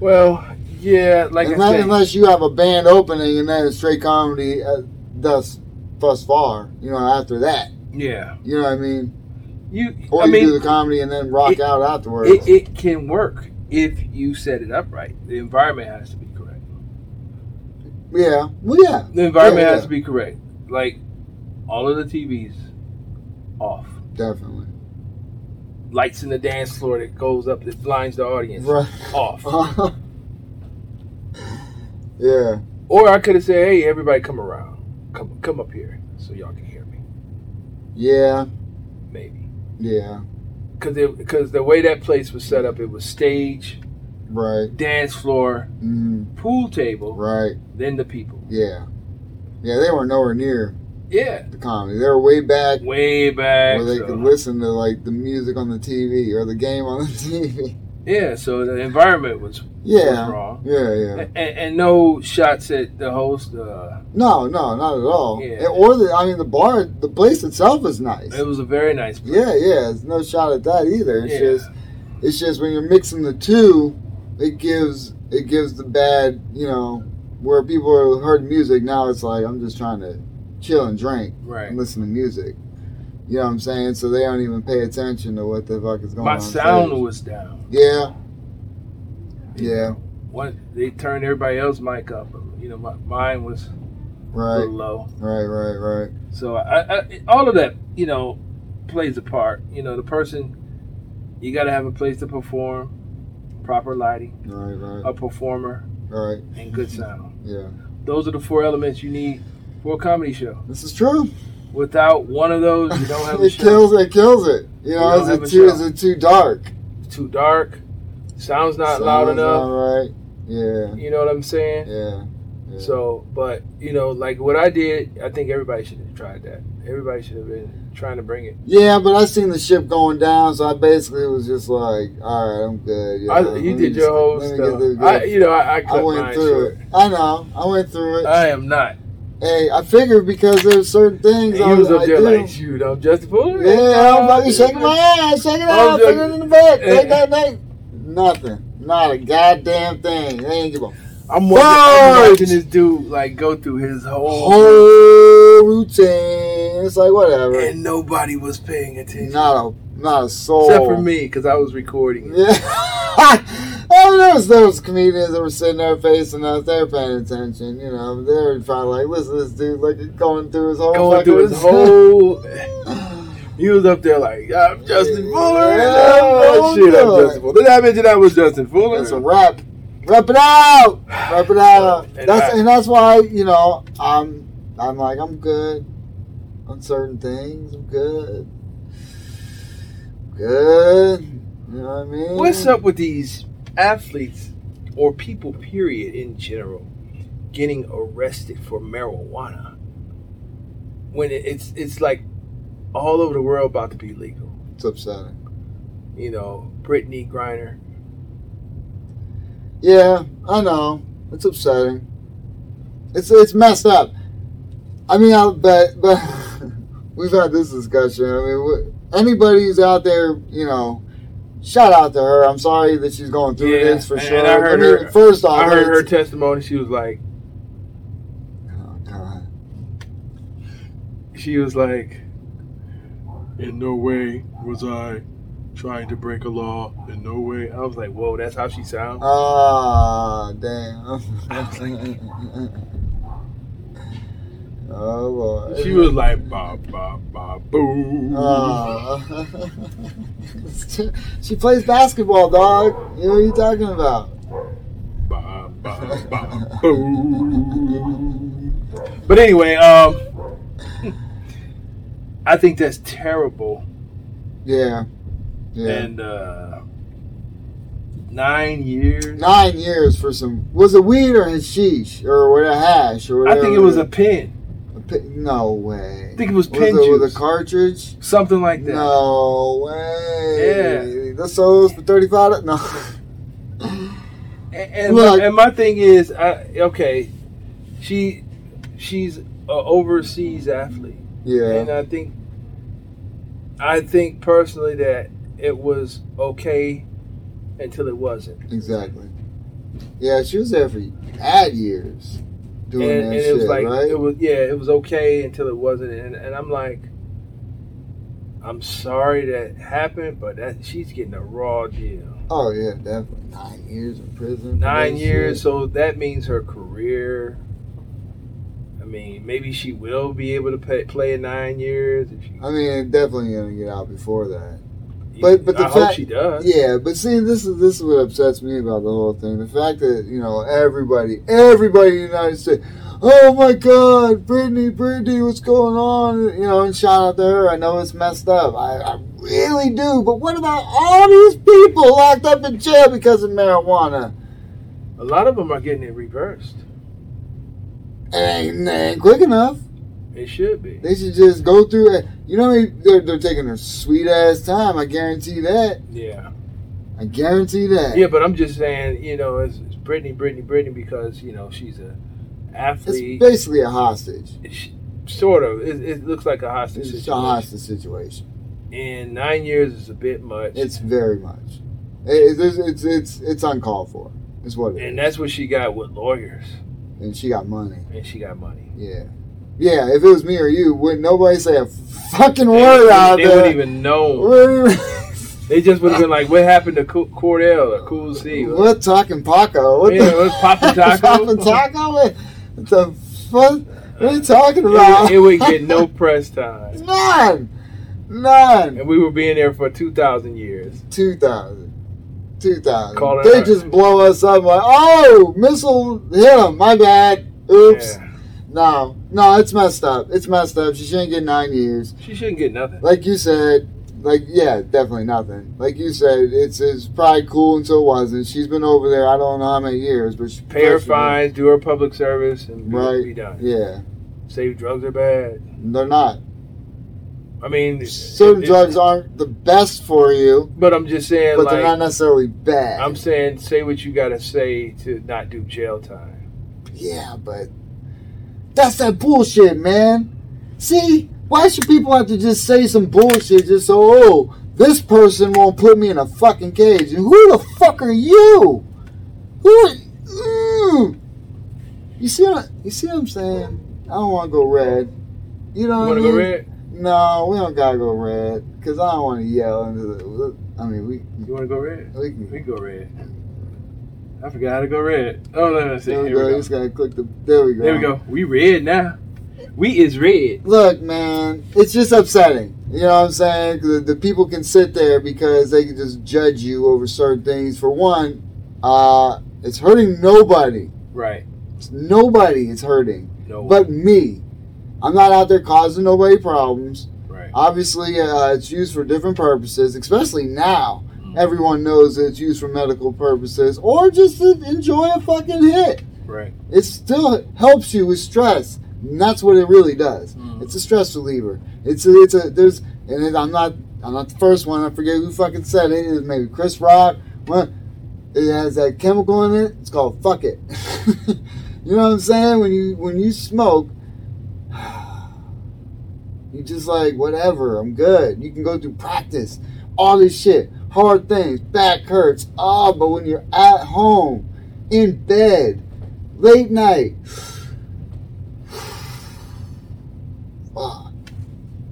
S1: Well, yeah, like I
S2: unless,
S1: said,
S2: unless you have a band opening and then it's straight comedy uh, thus thus far, you know, after that.
S1: yeah,
S2: You know what I mean?
S1: you.
S2: Or
S1: I
S2: you
S1: mean,
S2: do the comedy and then rock
S1: it-
S2: out afterwards.
S1: it, it can work if you set it up right. The environment has to be correct.
S2: yeah. Well, yeah.
S1: The environment
S2: Yeah,
S1: has
S2: yeah.
S1: to be correct. Like all of the TVs off,
S2: Definitely.
S1: lights in the dance floor that goes up that blinds the audience
S2: Right. Uh-huh.
S1: off.
S2: yeah.
S1: Or I could have said, "Hey, everybody, come around, come come up here, so y'all can hear me."
S2: Yeah.
S1: Maybe
S2: Yeah.
S1: because because the way that place was set up, it was stage,
S2: Right.
S1: dance floor,
S2: Mm,
S1: pool table,
S2: right.
S1: then the people.
S2: Yeah. Yeah, they were nowhere near
S1: Yeah,
S2: the comedy. They were way back
S1: way back.
S2: where they
S1: so-
S2: could listen to like the music on the TV or the game on the TV.
S1: yeah, so the environment was was
S2: Yeah.
S1: wrong.
S2: Yeah, yeah.
S1: And, and no shots at the host. Uh,
S2: No, no, not at all.
S1: Yeah.
S2: Or the, I mean, the bar, the place itself is nice.
S1: it was a very nice. Place.
S2: yeah, yeah. It's no shot at that either. It's
S1: Yeah.
S2: just, it's just when you're mixing the two, it gives, it gives the bad, you know, where people are heard music. Now it's like I'm just trying to chill and drink
S1: right.
S2: and listen to music. You know what I'm saying? So they don't even pay attention to what the fuck is going
S1: My
S2: on.
S1: sound
S2: stage.
S1: was down.
S2: Yeah. Yeah.
S1: One, they turned everybody else's mic up. but, You know, my, mine was a
S2: Right.
S1: little low.
S2: Right. Right. Right.
S1: So I, I, all of that, you know, plays a part. You know, the person, you got to have a place to perform, proper lighting,
S2: Right. Right.
S1: a performer,
S2: Right.
S1: and good sound.
S2: Yeah.
S1: Those are the four elements you need for a comedy show.
S2: This is true.
S1: Without one of those, you don't have a
S2: it
S1: show.
S2: kills it kills it. You
S1: don't
S2: know, is
S1: have a
S2: it too
S1: show.
S2: is it too dark?
S1: It's too dark. Sounds not
S2: Sounds
S1: loud enough.
S2: Not right. Yeah.
S1: You know what I'm saying?
S2: Yeah. yeah.
S1: So, but you know, like what I did, I think everybody should have tried that. Everybody should have been trying to bring it.
S2: Yeah, but I seen the ship going down, so I basically was just like, all right, I'm good. Yeah,
S1: I,
S2: let
S1: you
S2: me
S1: did
S2: just-
S1: your whole
S2: let me
S1: stuff.
S2: get this-
S1: I, you know, I, I
S2: I
S1: cut mine
S2: went through
S1: short.
S2: it. I know. I went through it.
S1: I am not.
S2: hey, I figured because there's certain
S1: And
S2: things
S1: he
S2: I
S1: was up
S2: I
S1: there
S2: do.
S1: like, shoot, I'm just fooling.
S2: yeah, I'm fucking shaking my ass, shaking it
S1: I'm
S2: out,
S1: just-
S2: putting it in the back,
S1: Hey.
S2: hey, hey, hey. Nothing. Not a goddamn thing. They ain't give a
S1: I'm watching, I'm
S2: Fudge!
S1: watching this dude like go through his whole,
S2: whole routine. It's like whatever.
S1: and nobody was paying attention
S2: Not a not a soul.
S1: except for me because I was recording. it.
S2: Yeah. I noticed those comedians that were sitting there facing us, they were paying attention, you know. They were probably like, listen to this dude like going through his whole
S1: Going through his
S2: fucking-
S1: whole, he was up there like I'm Justin Fuller. and I'm- oh, shit, I'm Justin Fuller. Did I mention I was Justin Fuller?
S2: That's a wrap. Wrap it out. Wrap it out.
S1: And
S2: That's
S1: I-
S2: and that's why, you know, I'm I'm like, I'm good on certain things. I'm good. Good. You know what I mean?
S1: What's up with these athletes or people, period, in general, getting arrested for marijuana when it- it's it's like all over the world about to be legal?
S2: It's upsetting.
S1: You know, Brittany Griner.
S2: Yeah, I know. It's upsetting. It's it's messed up. I mean, I'll bet, but we've had this discussion. I mean, wh- anybody who's out there, you know, shout out to her. I'm sorry that she's going through
S1: Yeah,
S2: this for
S1: and-
S2: sure.
S1: and I heard
S2: mean,
S1: her-
S2: First off,
S1: I heard her
S2: it's-
S1: testimony. She was like,
S2: Oh, God.
S1: she was like, in no way was I trying to break a law. In no way. I was like, whoa, that's how she
S2: Uh,
S1: sounds.
S2: Ah, damn. oh Lord.
S1: She was like, ba ba ba boo.
S2: Oh. she plays basketball, dog. You know what you talking about?
S1: ba, ba, boom. But anyway, um, I think that's terrible.
S2: Yeah. Yeah.
S1: And uh, nine years.
S2: Nine years for some. Was it weed or hashish or what a hash or
S1: I
S2: whatever?
S1: think it was a pen.
S2: A pi- no way.
S1: I think it was
S2: was
S1: pen
S2: it
S1: juice.
S2: with a cartridge?
S1: Something like that.
S2: No way. Yeah. This sold for thirty five. No.
S1: And, and,
S2: Look.
S1: my, and my thing is, I, okay, she she's a overseas athlete,
S2: yeah.
S1: and I think I think personally that it was okay until it wasn't,
S2: Exactly. Yeah, she was there for ad years doing
S1: and,
S2: that
S1: and
S2: shit,
S1: it was like
S2: right?
S1: it was yeah, it was okay until it wasn't, and, and I'm like. I'm sorry that happened, but that she's getting a raw deal.
S2: oh yeah, definitely. Nine years in prison. for
S1: Nine
S2: that
S1: years,
S2: shit.
S1: so that means her career. I mean, maybe she will be able to pay, play in nine years. If she,
S2: I mean, definitely gonna get out before that. but- but the
S1: I hope
S2: fact-
S1: she does.
S2: Yeah, but see, this is this is what upsets me about the whole thing. The fact that you know everybody, everybody in the United States, oh my God, Brittany, Brittany, what's going on? You know, and shout out to her. I know it's messed up. I, I really do. But what about all these people locked up in jail because of marijuana?
S1: A lot of them are getting it reversed.
S2: It ain't, it ain't quick enough.
S1: It should be.
S2: They should just go through it. You know, they're, they're taking their sweet ass time. I guarantee that.
S1: Yeah,
S2: I guarantee that.
S1: yeah. But I'm just saying, you know, it's, it's Brittany, Brittany, Brittany, because you know she's a
S2: It's
S1: athlete.
S2: basically a hostage.
S1: She- sort of. It, it looks like a hostage
S2: It's just a
S1: situation.
S2: hostage situation.
S1: And nine years is a bit much.
S2: It's very much. It- It's it's it's, it's uncalled for. Is what it
S1: and
S2: is.
S1: that's what she got with lawyers,
S2: And she got money.
S1: and she got money.
S2: Yeah, yeah. If it was me or you, would not nobody say a fucking
S1: They-
S2: word out
S1: they wouldn't
S2: there?
S1: even know.
S2: We're,
S1: They just would have been like, "What happened to Co- Cordell or Cool C?"
S2: we're talking Paco. What
S1: Yeah,
S2: the,
S1: what's Papa Taco?
S2: Papa Taco? What the fuck? What are you talking
S1: It,
S2: about?
S1: would- it would get no press time,
S2: none, none.
S1: and we were being there for two thousand years.
S2: 2000. 2000.
S1: Call it
S2: they
S1: out.
S2: just blow us up like, oh, missile hit him. My bad. Oops.
S1: Yeah.
S2: No, no, it's messed up. It's messed up. She shouldn't get nine years.
S1: She shouldn't get nothing.
S2: Like you said, like, yeah, definitely nothing. Like you said, it's, it's probably cool until it wasn't. She's been over there, I don't know how many years, but she
S1: Pay her
S2: professional.
S1: fines, do her public service, and be-
S2: Right.
S1: be done.
S2: Yeah,
S1: Say drugs are bad.
S2: they're not.
S1: I mean,
S2: Certain
S1: it- it-
S2: drugs aren't the best for you,
S1: But I'm just saying,
S2: but
S1: like,
S2: they're not necessarily bad.
S1: I'm saying, say what you gotta say to not do jail time.
S2: Yeah, but that's that bullshit, man. See, why should people have to just say some bullshit just so, oh, this person won't put me in a fucking cage? And who the fuck are you? Who? Are, mm. You see, what, you see what I'm saying? I don't want to go red. You know
S1: You
S2: what
S1: wanna
S2: I
S1: go
S2: mean?
S1: red?
S2: No, we don't gotta go red because I don't want to yell into the. I mean, we
S1: You wanna go red?
S2: we
S1: We
S2: can.
S1: can go red. I forgot how to go red. Oh, no, no, see,
S2: There
S1: here
S2: we
S1: we
S2: go.
S1: go.
S2: Just gotta click the. There we go.
S1: There we go. We red now. We is red.
S2: look, man, it's just upsetting. You know what I'm saying? 'Cause The, the people can sit there because they can just judge you over certain things. For one, uh, it's hurting nobody.
S1: Right.
S2: It's nobody it's hurting,
S1: No.
S2: but me. I'm not out there causing nobody problems.
S1: right.
S2: Obviously, uh, it's used for different purposes, especially now. Everyone knows that it's used for medical purposes or just to enjoy a fucking hit
S1: Right.
S2: it still helps you with stress. And that's what it really does.
S1: Mhm.
S2: It's a stress reliever. It's a, it's a there's and it, I'm not I'm not the first one. I forget who fucking said it. It was maybe Chris Rock. What it has that chemical in it. It's called fuck it. you know what I'm saying? When you when you smoke, you just like whatever. I'm good. You can go through practice, all this shit, hard things, back hurts. Oh, but when you're at home, in bed, late night. Fuck.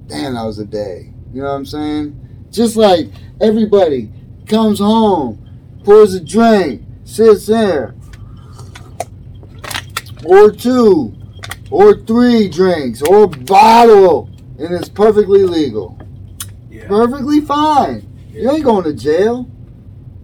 S2: Damn, that was a day. You know what I'm saying? Just like everybody comes home, pours a drink, sits there, or two, or three drinks, or a bottle, and it's perfectly legal.
S1: Yeah.
S2: Perfectly fine. You ain't going to jail.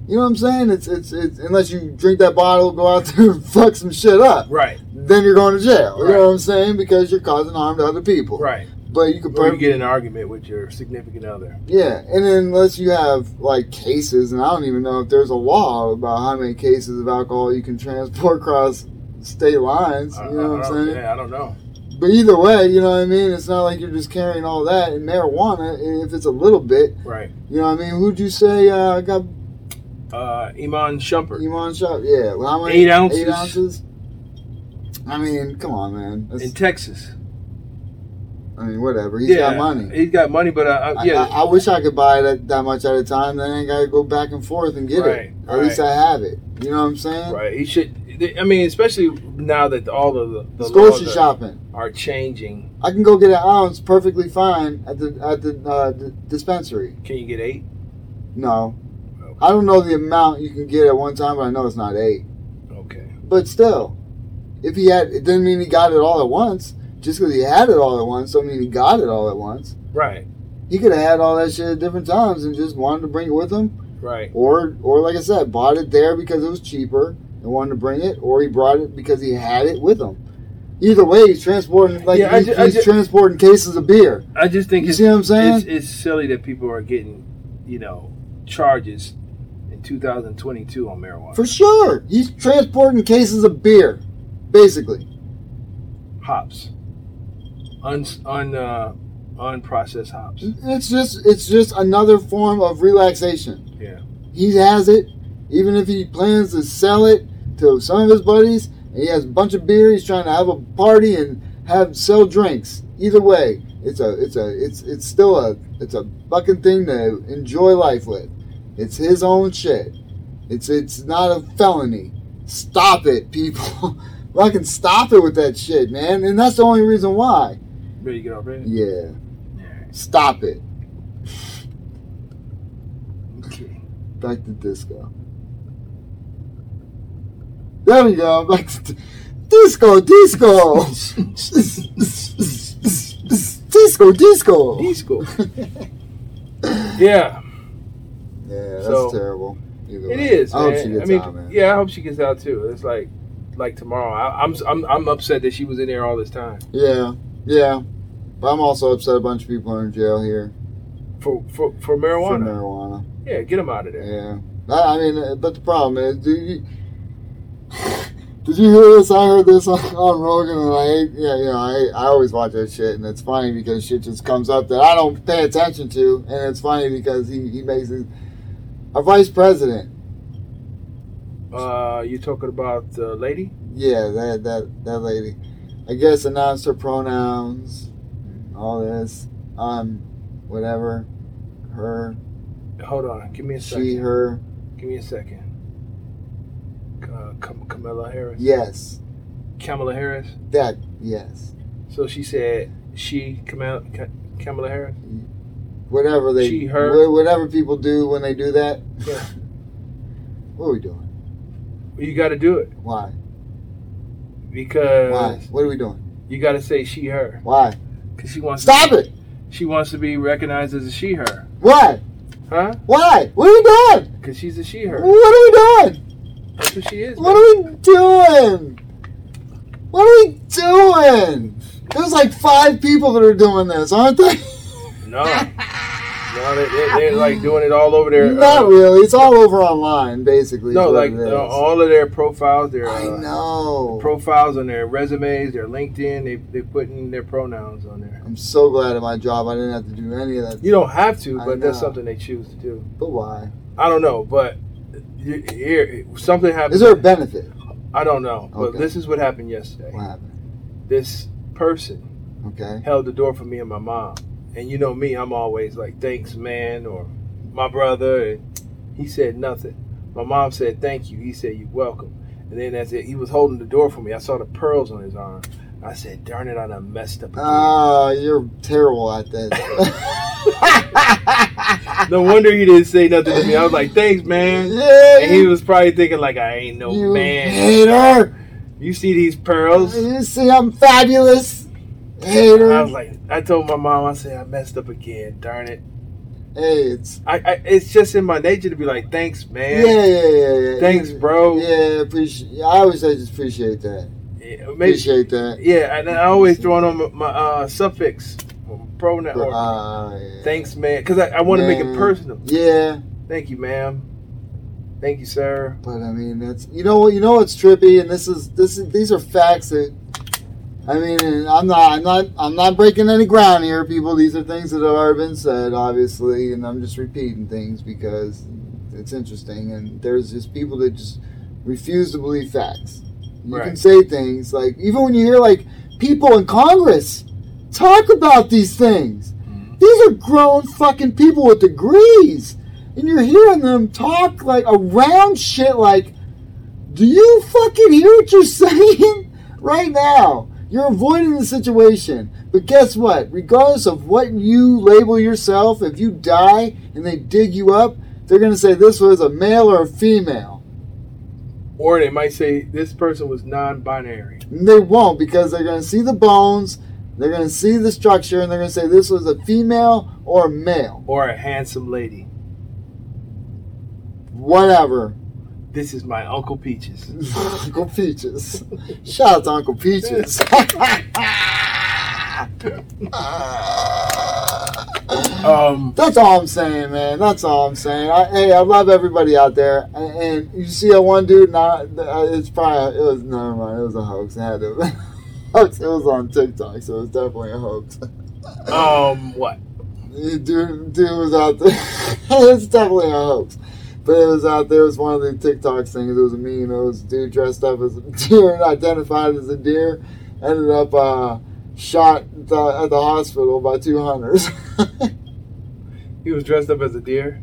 S2: You know what I'm saying? It's it's it's unless you drink that bottle, go out there and fuck some shit up,
S1: Right,
S2: then you're going to jail. You
S1: Right.
S2: know what I'm saying? Because you're causing harm to other people.
S1: right.
S2: But you could
S1: Or you
S2: perfectly
S1: get in an argument with your significant other.
S2: yeah, and then unless you have like cases, and I don't even know if there's a law about how many cases of alcohol you can transport across state lines.
S1: I-
S2: You know
S1: I-
S2: what
S1: I
S2: I'm
S1: don't-
S2: saying?
S1: Yeah, I don't know.
S2: But either way, you know what I mean? It's not like you're just carrying all that. And marijuana, if it's a little bit,
S1: Right.
S2: you know what I mean? Who'd you say uh, got
S1: Uh, Iman Shumpert.
S2: Iman shot? Yeah. well, How many?
S1: Eight ounces.
S2: Eight ounces? I mean, come on, man. That's,
S1: in Texas.
S2: I mean, whatever. He's
S1: He's
S2: got money.
S1: He's got money, but I, I,
S2: I,
S1: yeah,
S2: I, I wish I could buy that, that much at a time. Then I ain't got to go back and forth and get
S1: Right,
S2: it. At
S1: right.
S2: least I have it. You know what I'm saying?
S1: right. He should. I mean, especially now that all of the, the
S2: It's
S1: laws
S2: grocery
S1: are-
S2: shopping.
S1: are changing.
S2: I can go get an ounce perfectly fine at the at the uh, d- dispensary.
S1: Can you get eight?
S2: No. I don't know the amount you can get at one time, but I know it's not eight.
S1: Okay.
S2: But still, if he had, it didn't mean he got it all at once. Just because he had it all at once, don't mean he got it all at once.
S1: Right.
S2: He could have had all that shit at different times and just wanted to bring it with him,
S1: Right.
S2: or, or like I said, bought it there because it was cheaper and wanted to bring it, or he brought it because he had it with him. Either way, he's transporting like
S1: Yeah, I
S2: he's,
S1: ju- I
S2: he's
S1: ju-
S2: transporting cases of beer.
S1: I just think
S2: You
S1: it's,
S2: see what I'm saying?
S1: it's it's silly that people are getting, you know, charges in 2022 on marijuana.
S2: For sure, he's transporting cases of beer, basically.
S1: hops, un un uh, unprocessed hops.
S2: It's just it's just another form of relaxation.
S1: Yeah.
S2: He has it, even if he plans to sell it to some of his buddies, and he has a bunch of beer, he's trying to have a party and have sell drinks. Either way, it's a it's a it's it's still a it's a fucking thing to enjoy life with. It's his own shit. It's it's not a felony. Stop it, people. Fucking stop it with that shit, man. And that's the only reason why.
S1: Ready to get off ready?
S2: Yeah.
S1: Yeah.
S2: Stop it.
S1: Okay.
S2: Back to disco. There we go. Back to di- disco, disco, disco, disco. Yeah,
S1: Disco. yeah.
S2: that's
S1: So-
S2: terrible. Either
S1: It
S2: way.
S1: is.
S2: I hope
S1: man.
S2: she gets
S1: I mean,
S2: out, man.
S1: yeah, I hope she gets out too. It's like, like tomorrow. I, I'm, I'm, I'm upset that she was in there all this time
S2: yeah, yeah. But I'm also upset a bunch of people are in jail here
S1: for, for, for
S2: for
S1: marijuana.
S2: marijuana.
S1: Yeah, get them out of there.
S2: Yeah. I, I mean, uh, but the problem is, dude. You, did you hear this? I heard this on, on Rogan, and I hate, yeah, you know, I, I always watch that shit, and it's funny because shit just comes up that I don't pay attention to, and it's funny because he, he makes it. A vice president,
S1: Uh, you talking about the lady?
S2: yeah, that that that lady, I guess announced her pronouns, all this, um, whatever, her,
S1: Hold on, give me a second.
S2: she, her,
S1: Give me a second. Uh, Cam- Camilla Harris.
S2: yes,
S1: Kamala Harris.
S2: that, yes,
S1: So she said she Kamala, Ka- Kamala Harris.
S2: whatever they
S1: She, her.
S2: wha- whatever people do when they do that.
S1: Yeah.
S2: what are we doing?
S1: You got to do it
S2: Why?
S1: because
S2: Why? What are we doing?
S1: you got to say she her
S2: Why?
S1: because she wants.
S2: Stop
S1: to,
S2: it!
S1: She wants to be recognized as a she her,
S2: Why?
S1: huh?
S2: Why? What are we doing?
S1: Because she's a she her.
S2: What are we doing?
S1: That's what she is.
S2: What
S1: man.
S2: are we doing? What are we doing? There's like five people that are doing this, aren't there?
S1: No, no, they, they, are like doing it all over their.
S2: Not
S1: uh,
S2: really. It's all over online, basically. is
S1: No,
S2: what
S1: like
S2: it
S1: uh,
S2: is.
S1: all of their profiles, their
S2: I
S1: uh,
S2: know.
S1: profiles on their resumes, their LinkedIn, they they putting their pronouns on there.
S2: I'm so glad at my job I didn't have to do any of that.
S1: You don't have to,
S2: I
S1: but that's
S2: know.
S1: something they choose to do.
S2: But why?
S1: I don't know, but you- here something happened.
S2: Is there a benefit?
S1: I don't know, but
S2: Okay.
S1: this is what happened yesterday.
S2: What happened?
S1: This person
S2: Okay.
S1: held the door for me and my mom, and you know me, I'm always like, "Thanks, man," or "My brother," and he said nothing. My mom said, "Thank you." He said, "You're welcome." And then as it, he was holding the door for me, I saw the pearls on his arm. I said, "Darn it, I done messed up." again."
S2: Ah, you're terrible at this.
S1: no wonder he didn't say nothing to me. I was like, "Thanks, man."
S2: yeah,
S1: And he was probably thinking like, "I ain't no
S2: you
S1: man."
S2: hater.
S1: You see these pearls?
S2: You see, I'm fabulous,
S1: I
S2: hater.
S1: was like, I told my mom, I said, I messed up again. Darn it.
S2: Hey, it's
S1: I, I it's just in my nature to be like, thanks, man.
S2: yeah, yeah, yeah, yeah.
S1: Thanks, bro.
S2: Yeah, appreciate. Yeah, I always say just appreciate that.
S1: Yeah, maybe-
S2: Appreciate that.
S1: yeah, and I always throw on my, my uh, suffix, pronoun.
S2: But,
S1: Or,
S2: uh, yeah.
S1: thanks, man, because I, I want to make it
S2: Man.
S1: personal.
S2: Yeah,
S1: Thank you, ma'am. Thank you, sir.
S2: but I mean that's you know what you know what's trippy, and this is this is these are facts that. I mean, and I'm not, I'm not, I'm not breaking any ground here, people. These are things that have already been said, obviously, and I'm just repeating things because it's interesting. And there's just people that just refuse to believe facts. You can
S1: Right.
S2: say things like, even when you hear like people in Congress talk about these things,
S1: Mhm.
S2: these are grown fucking people with degrees, and you're hearing them talk like around shit like, do you fucking hear what you're saying right now? You're avoiding the situation. But guess what? Regardless of what you label yourself, if you die and they dig you up, they're going to say this was a male or a female.
S1: Or they might say this person was non-binary.
S2: And they won't because they're going to see the bones, they're going to see the structure, and they're going to say this was a female or a male.
S1: or a handsome lady.
S2: Whatever.
S1: This is my Uncle Peaches.
S2: Uncle Peaches. Shout out to Uncle Peaches. Ah!
S1: Um,
S2: That's all I'm saying, man. That's all I'm saying. I, hey, I love everybody out there. And, and you see that one dude? Not it's probably it was never mind. It was a hoax. It had to. hoax. It was on TikTok, so it was definitely a hoax.
S1: um, what?
S2: dude, dude was out there. it's definitely a hoax. But it was out there. It was one of the TikTok things. It was a meme. It was a dude dressed up as a deer and identified as a deer. Ended up uh, shot at the, at the hospital by two hunters.
S1: He was dressed up as a deer.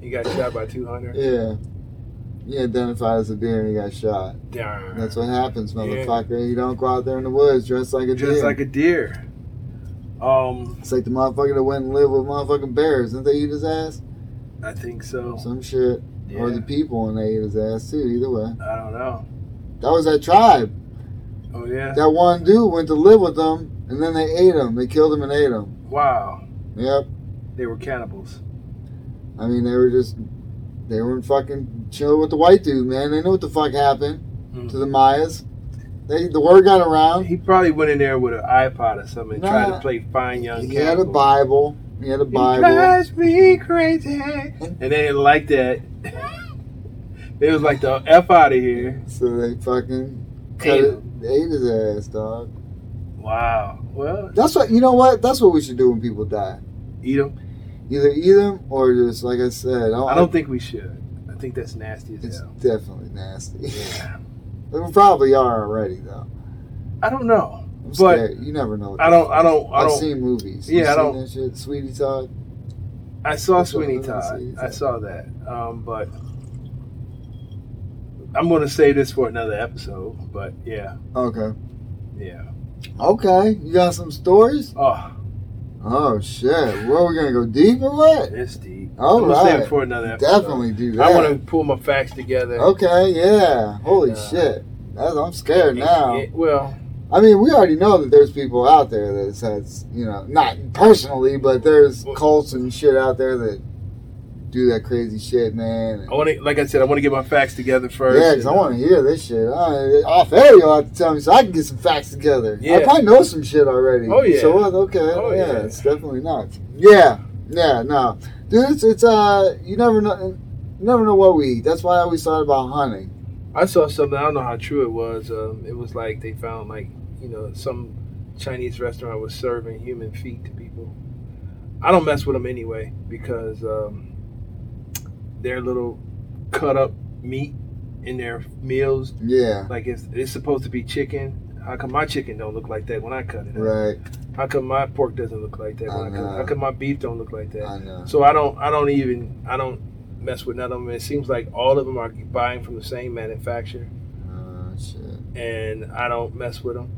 S1: He got shot by 200.
S2: yeah. He identified as a deer and he got shot.
S1: Darn.
S2: That's what happens, motherfucker. You don't go out there in the woods dressed like a
S1: Just
S2: deer.
S1: like a deer. Um,
S2: it's like the motherfucker that went and lived with motherfucking bears. Didn't they eat his ass?
S1: I think so.
S2: Some shit.
S1: Yeah.
S2: Or the people and they ate his ass too, either way.
S1: I don't know.
S2: That was that tribe.
S1: Oh yeah.
S2: That one dude went to live with them, and then they ate him. They killed him and ate him.
S1: Wow.
S2: Yep.
S1: They were cannibals.
S2: I mean, they were just they weren't fucking chill with the white dude, man. They know what the fuck happened to the Mayas. They the word got around.
S1: Hmm. He probably went in there with an iPod or something and tried
S2: uh, Nah.
S1: to play fine young.
S2: He had a
S1: cannibal.
S2: Bible. He had a
S1: It
S2: Bible.
S1: drives me crazy. And they didn't like that. they was like the F out of here.
S2: So they fucking cut
S1: Ate
S2: it. Ate his ass, dog.
S1: Wow. Well,
S2: That's what you know. What that's what we should do when people die.
S1: eat them.
S2: Either eat them or just like I said.
S1: I don't think we should. I think that's nasty as
S2: It's
S1: hell.
S2: definitely nasty.
S1: Yeah.
S2: we probably are already though.
S1: I don't know.
S2: I'm
S1: But-
S2: scared. you never know.
S1: I don't. I don't. I
S2: have
S1: don't.
S2: seen movies.
S1: Yeah,
S2: You've
S1: I
S2: seen
S1: don't-
S2: That shit? Sweetie Todd.
S1: I saw
S2: That's
S1: Sweeney
S2: what I was gonna
S1: Todd.
S2: say.
S1: I saw that. Um, but I'm gonna save this for another episode. But yeah,
S2: Okay.
S1: yeah.
S2: Okay. You got some stories?
S1: Oh,
S2: Oh shit. Where we gonna go deep or what?
S1: it's deep.
S2: All
S1: I'm gonna save
S2: right.
S1: it for another episode.
S2: Definitely do that.
S1: I want to pull my facts together.
S2: Okay. Yeah. Holy
S1: Uh,
S2: shit. That's, I'm scared
S1: Yeah,
S2: now.
S1: yeah, well,
S2: I mean, we already know that there's people out there that has, you know, not personally, but there's cults and shit out there that do that crazy shit, man.
S1: I want to, like I said, I want to get my facts together first.
S2: Yeah, because I want to hear this shit. I, off air, you'll have to tell me so I can get some facts together.
S1: Yeah.
S2: I probably know some shit already.
S1: Oh, yeah.
S2: So what? Okay.
S1: Oh,
S2: yeah,
S1: yeah.
S2: It's definitely not. Yeah. Yeah. No, dude. It's, it's uh. You never know. You never know what we eat. That's why I always thought about hunting.
S1: I saw something. I don't know how true it was. Um, it was like they found like you know some Chinese restaurant was serving human feet to people. I don't mess with them anyway because um, their little cut up meat in their meals,
S2: Yeah.
S1: like it's it's supposed to be chicken. How come my chicken don't look like that when I cut it?
S2: Right.
S1: How come my pork doesn't look like that? When
S2: I
S1: I cut
S2: know.
S1: it? How come my beef don't look like that?
S2: I know.
S1: So I don't I don't even I don't mess with none of them. It seems like all of them are buying from the same manufacturer,
S2: Oh shit.
S1: and I don't mess with them.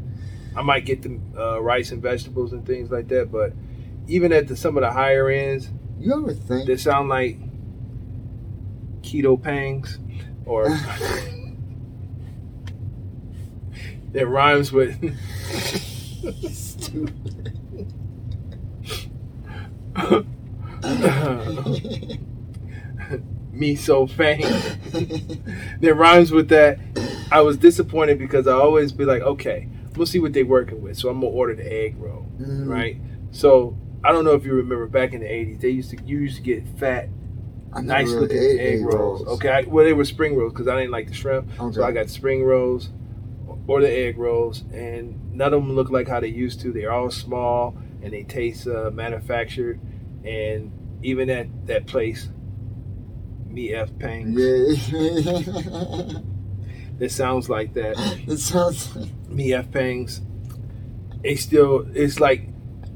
S1: I might get the uh, rice and vegetables and things like that, but even at the, some of the higher ends,
S2: You ever think?
S1: they sound like keto pangs, or that rhymes with.
S2: Stupid.
S1: me so faint. that rhymes with that. I was disappointed because I always be like, okay, we'll see what they working with. So I'm gonna order the egg roll,
S2: Mhm.
S1: right? So I don't know if you remember back in the '80s, they used to you used to get fat,
S2: I never
S1: nice
S2: really
S1: looking
S2: ate
S1: egg
S2: egg
S1: rolls. Okay, I, well they were spring rolls because I didn't like the shrimp,
S2: Okay.
S1: so I got spring rolls or the egg rolls, and none of them look like how they used to. They're all small and they taste uh, manufactured, and even at that place, me f pangs.
S2: Yeah.
S1: That sounds like that.
S2: it sounds like
S1: me f pangs they still it's like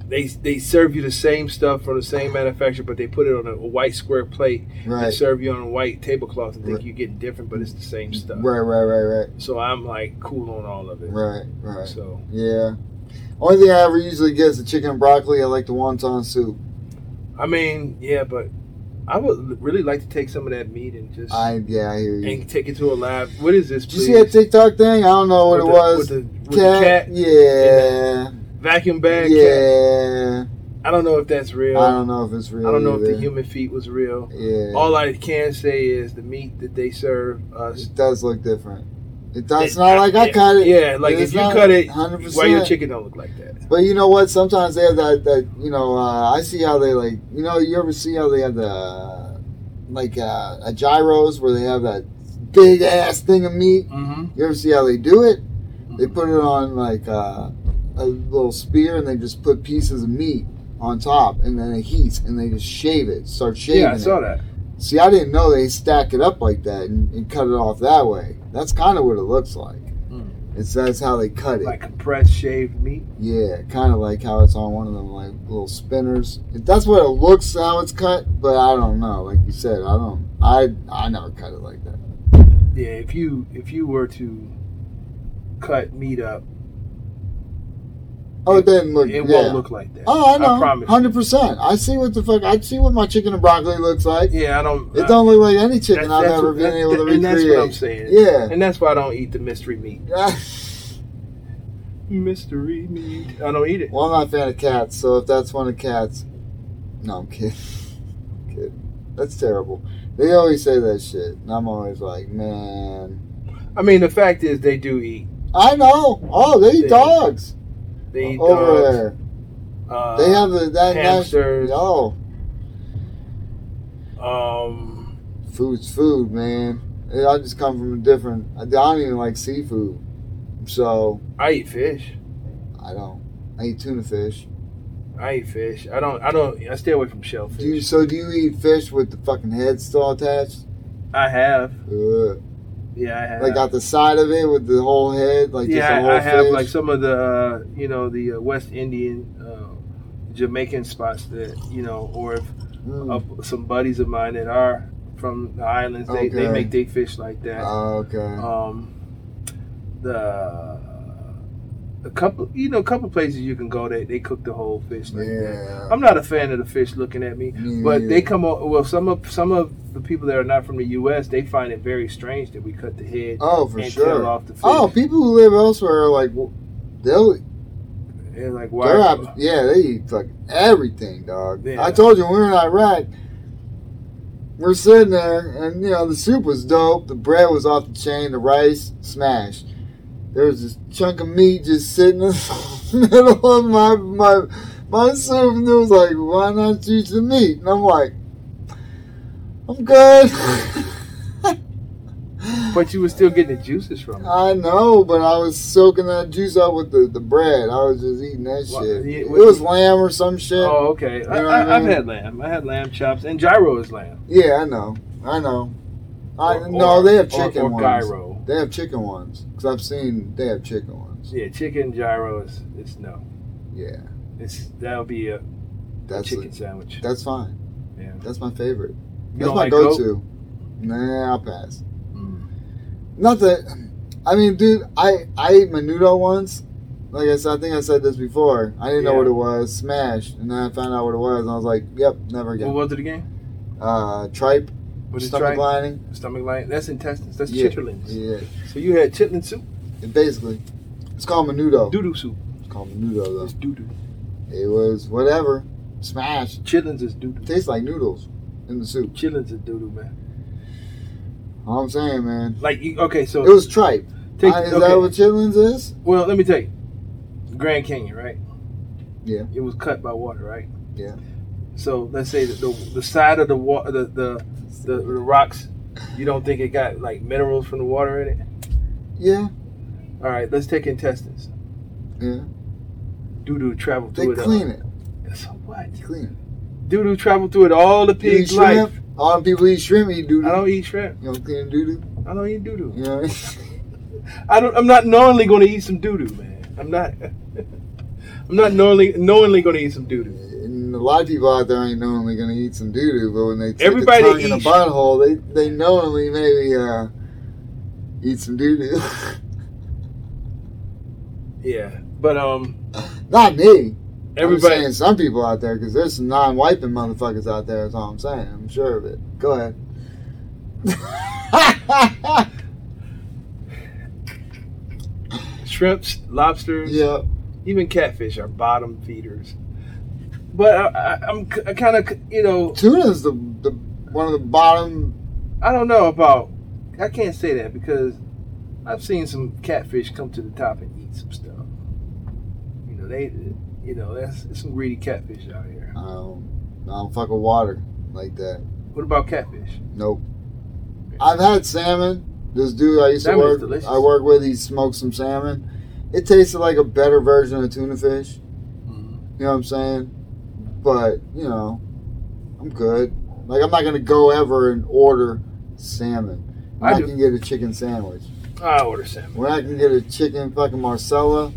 S1: they they serve you the same stuff from the same manufacturer but they put it on a, white square plate and
S2: right.
S1: serve you on a white tablecloth and think
S2: Right.
S1: you're getting different but it's the same stuff
S2: Right, right, right, right,
S1: so i'm like cool on all of it
S2: right, right.
S1: so
S2: Yeah. Only thing I ever usually get is the chicken and broccoli. I like the wonton soup.
S1: i mean yeah but i would really like to take some of that meat and just
S2: I yeah, I hear you.
S1: and take it to a lab what is this
S2: Did you see that
S1: please?
S2: TikTok thing? I don't know what
S1: With
S2: it
S1: the-
S2: was.
S1: with the, with the cat
S2: Yeah.
S1: vacuum bag cat.
S2: Yeah.
S1: i don't know if that's real
S2: I don't know if it's real.
S1: I don't know if
S2: either.
S1: the human feet was real
S2: Yeah.
S1: All I can say is the meat that they serve us.
S2: it does look different. It does. It's
S1: It-
S2: not like I
S1: it-
S2: cut it.
S1: Yeah, like
S2: It's
S1: if you
S2: not
S1: cut it,
S2: 100%.
S1: why your chicken don't look like that?
S2: But you know what? Sometimes they have that. That you know, uh, I see how they like. You know, you ever see how they have the uh, like uh, a gyros where they have that big ass thing of meat.
S1: Mm-hmm.
S2: You ever see how they do it? They put it on like uh, a little spear and they just put pieces of meat on top and then it heats and they just shave it, start shaving
S1: Yeah, I
S2: it.
S1: saw that.
S2: See, I didn't know they stack it up like that and, and cut it off that way. That's kind of what it looks like.
S1: Mm.
S2: It's that's how they cut it.
S1: Like compressed shaved meat.
S2: yeah, kind of like how it's on one of them like little spinners. That's what it looks how it's cut, but I don't know. Like you said, I don't. I I never cut it like that.
S1: Yeah, if you if you were to cut meat up,
S2: Oh, it didn't look.
S1: it
S2: yeah.
S1: won't look like that.
S2: Oh, I know.
S1: promise.
S2: Hundred percent. I see what the fuck. I see what my chicken and broccoli looks like.
S1: Yeah, I don't.
S2: It don't look like any
S1: that-
S2: chicken I've
S1: that's
S2: ever
S1: what-
S2: been
S1: that-
S2: able to
S1: and that's what I'm
S2: recreate.
S1: saying.
S2: Yeah.
S1: and that's why I don't eat the mystery meat. Mystery meat. I don't eat it.
S2: well, I'm not a fan of cats, so if that's one of cats, no, I'm kidding. I'm kidding. That's terrible. They always say that shit, and I'm always like, man,
S1: I mean, the fact is they do eat.
S2: I know. Oh, they
S1: They-
S2: eat dogs
S1: They eat
S2: over
S1: dogs.
S2: there.
S1: Uh,
S2: They have the, that nice.
S1: hamsters.
S2: Oh,
S1: um.
S2: food's food, man. I just come from a different. I don't even like seafood, so
S1: I eat fish.
S2: I don't. I eat tuna fish.
S1: I eat fish. I don't. I don't. I stay away from shellfish.
S2: Do you, so do you eat fish with the fucking head still attached?
S1: I have.
S2: Ugh.
S1: Yeah, I have.
S2: Like out the side of it with the whole head, like just
S1: yeah, I-
S2: the whole
S1: I have
S2: fish?
S1: like some of the uh, you know the uh, West Indian, uh, Jamaican spots that you know, or if
S2: Mm.
S1: uh, some buddies of mine that are from the islands, they, they
S2: Okay.
S1: make big fish like that.
S2: Oh, okay.
S1: um, the a couple you know a couple places you can go that they cook the whole fish like that.
S2: yeah.
S1: I'm not a fan of the fish looking at me.
S2: Me
S1: But they
S2: neither.
S1: come up. Well, some of some of the people that are not from the U.S. they find it very strange that we cut the head
S2: Oh, for
S1: and
S2: sure.
S1: tail off the fish.
S2: Oh, people who live elsewhere are like, w- they'll
S1: and like
S2: They're
S1: why?
S2: out, yeah, they eat like everything, dog.
S1: Yeah.
S2: I told you when we were in Iraq, we're sitting there, and you know the soup was dope, the bread was off the chain, the rice smashed. There was this chunk of meat just sitting in the middle of my my my soup, and it was like, why not use the meat? And I'm like, I'm good.
S1: But you were still getting the juices from it.
S2: I know, but I was soaking that juice up with the, the bread. I was just eating that
S1: Well,
S2: shit.
S1: yeah,
S2: it
S1: what-
S2: was lamb or some shit.
S1: Oh, okay. I,
S2: You know what I
S1: I, I've
S2: mean?
S1: had lamb. I had lamb chops, and gyro is lamb.
S2: Yeah, I know. I know. I
S1: Or-
S2: Uh, no,
S1: or-
S2: they have chicken
S1: or, or
S2: ones.
S1: gyro.
S2: They have chicken ones because I've seen they have chicken ones.
S1: Yeah, chicken gyro is it's no.
S2: Yeah,
S1: It's that'll be a
S2: that's
S1: chicken
S2: it.
S1: sandwich.
S2: that's fine.
S1: Yeah.
S2: That's my favorite.
S1: You
S2: That's
S1: don't
S2: my
S1: like goat?
S2: go-to. Nah, I'll pass.
S1: Mm.
S2: Not that. I mean, dude, I I ate menudo once. Like I said, I think I said this before. I didn't know
S1: Yeah.
S2: what it was. Smashed, and then I found out what it was, and I was like, "Yep, never
S1: What
S2: again."
S1: was it again?
S2: Uh, tripe,
S1: What is
S2: stomach
S1: tripe?
S2: lining.
S1: Stomach line. That's intestines. That's
S2: Yeah.
S1: chitterlings.
S2: Yeah,
S1: So you had chitlin soup,
S2: basically, it's called menudo.
S1: doodoo soup.
S2: It's called menudo though.
S1: It's doodoo.
S2: It was whatever. smashed.
S1: Chitlins is doo doo.
S2: Tastes like noodles in the soup.
S1: Chitlins is doo doo, man.
S2: All I'm saying, man.
S1: Like, you, okay, so
S2: It was tripe.
S1: take,
S2: Uh, is
S1: okay.
S2: that what chitlins is?
S1: Well, let me tell you, Grand Canyon, right?
S2: Yeah.
S1: It was cut by water, right?
S2: Yeah.
S1: So let's say that the the side of the water, the the, the the rocks, you don't think it got like minerals from the water in it?
S2: Yeah,
S1: All right, let's take intestines.
S2: yeah.
S1: Doo doo traveled
S2: They
S1: through it. uh,
S2: clean it.
S1: All. So what?
S2: Clean
S1: Doo doo traveled through it all the
S2: it. You eat
S1: pig's
S2: shrimp.
S1: life.
S2: All them people eat shrimp eat doo
S1: I
S2: doo.
S1: don't eat shrimp.
S2: You don't clean doo doo.
S1: I don't eat doo doo.
S2: You know what I mean?
S1: I don't. I'm not knowingly going to eat some doo doo, man. I'm not. I'm not knowingly knowingly going to eat some doo doo.
S2: And a lot of people out there ain't knowingly gonna eat some doo doo, but when they stick
S1: Everybody
S2: a tongue in a
S1: eats-
S2: butthole, they they knowingly maybe uh, eat some doo doo.
S1: Yeah, but um,
S2: Not me. I'm
S1: everybody.
S2: saying some people out there because there's some non-wiping motherfuckers out there. That's all I'm saying. I'm sure of it. Go ahead.
S1: shrimps, lobsters,
S2: yeah,
S1: even catfish are bottom feeders. But I, I, I'm kind of, you know,
S2: tuna's the the one of the bottom.
S1: I don't know about. I can't say that because I've seen some catfish come to the top and eat some stuff. You know they, you know that's there's some greedy catfish out here.
S2: Um, I don't fuck with water like that.
S1: What about catfish?
S2: Nope. I've had salmon. This dude I used
S1: Salmon is
S2: to work
S1: delicious.
S2: I work with, he smoked some salmon. It tasted like a better version of tuna fish. You know what I'm saying? But you know, I'm good. Like I'm not gonna go ever and order salmon. When
S1: I
S2: I,
S1: do.
S2: can get a chicken sandwich.
S1: I order salmon.
S2: When I can get a chicken fucking Marcella,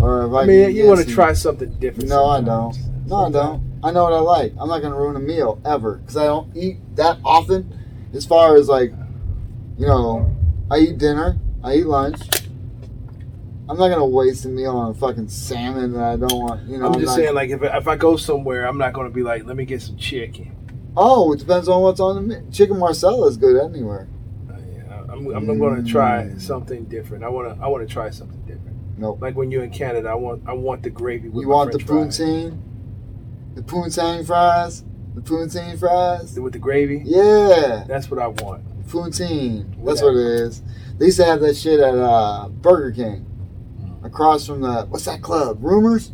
S2: or if I,
S1: I
S2: can
S1: mean,
S2: get
S1: you want to
S2: some-
S1: try something different.
S2: No, I
S1: sometimes.
S2: No, I don't. I know what I like. I'm not gonna ruin a meal ever because I don't eat that often. As far as like, you know, I eat dinner, I eat lunch. I'm not gonna waste a meal on a fucking salmon that I don't want. You know,
S1: I'm just
S2: not-
S1: saying, like if if I go somewhere, I'm not going to be like, let me get some chicken.
S2: Oh, it depends on what's on the menu. Chicken Marcella is good anywhere.
S1: Uh, yeah, I'm, I'm going to try
S2: Mm.
S1: something different. I want to I want to try something different.
S2: Nope.
S1: Like when you're in Canada, I want I want the gravy with
S2: You
S1: my
S2: want the
S1: French fries.
S2: poutine, the poutine fries, the poutine fries.
S1: with the gravy.
S2: Yeah.
S1: That's what I want.
S2: Poutine. That's
S1: Yeah.
S2: what it is. They used to have that shit at uh, Burger King.
S1: Mm.
S2: Across from the, what's that club? Rumors?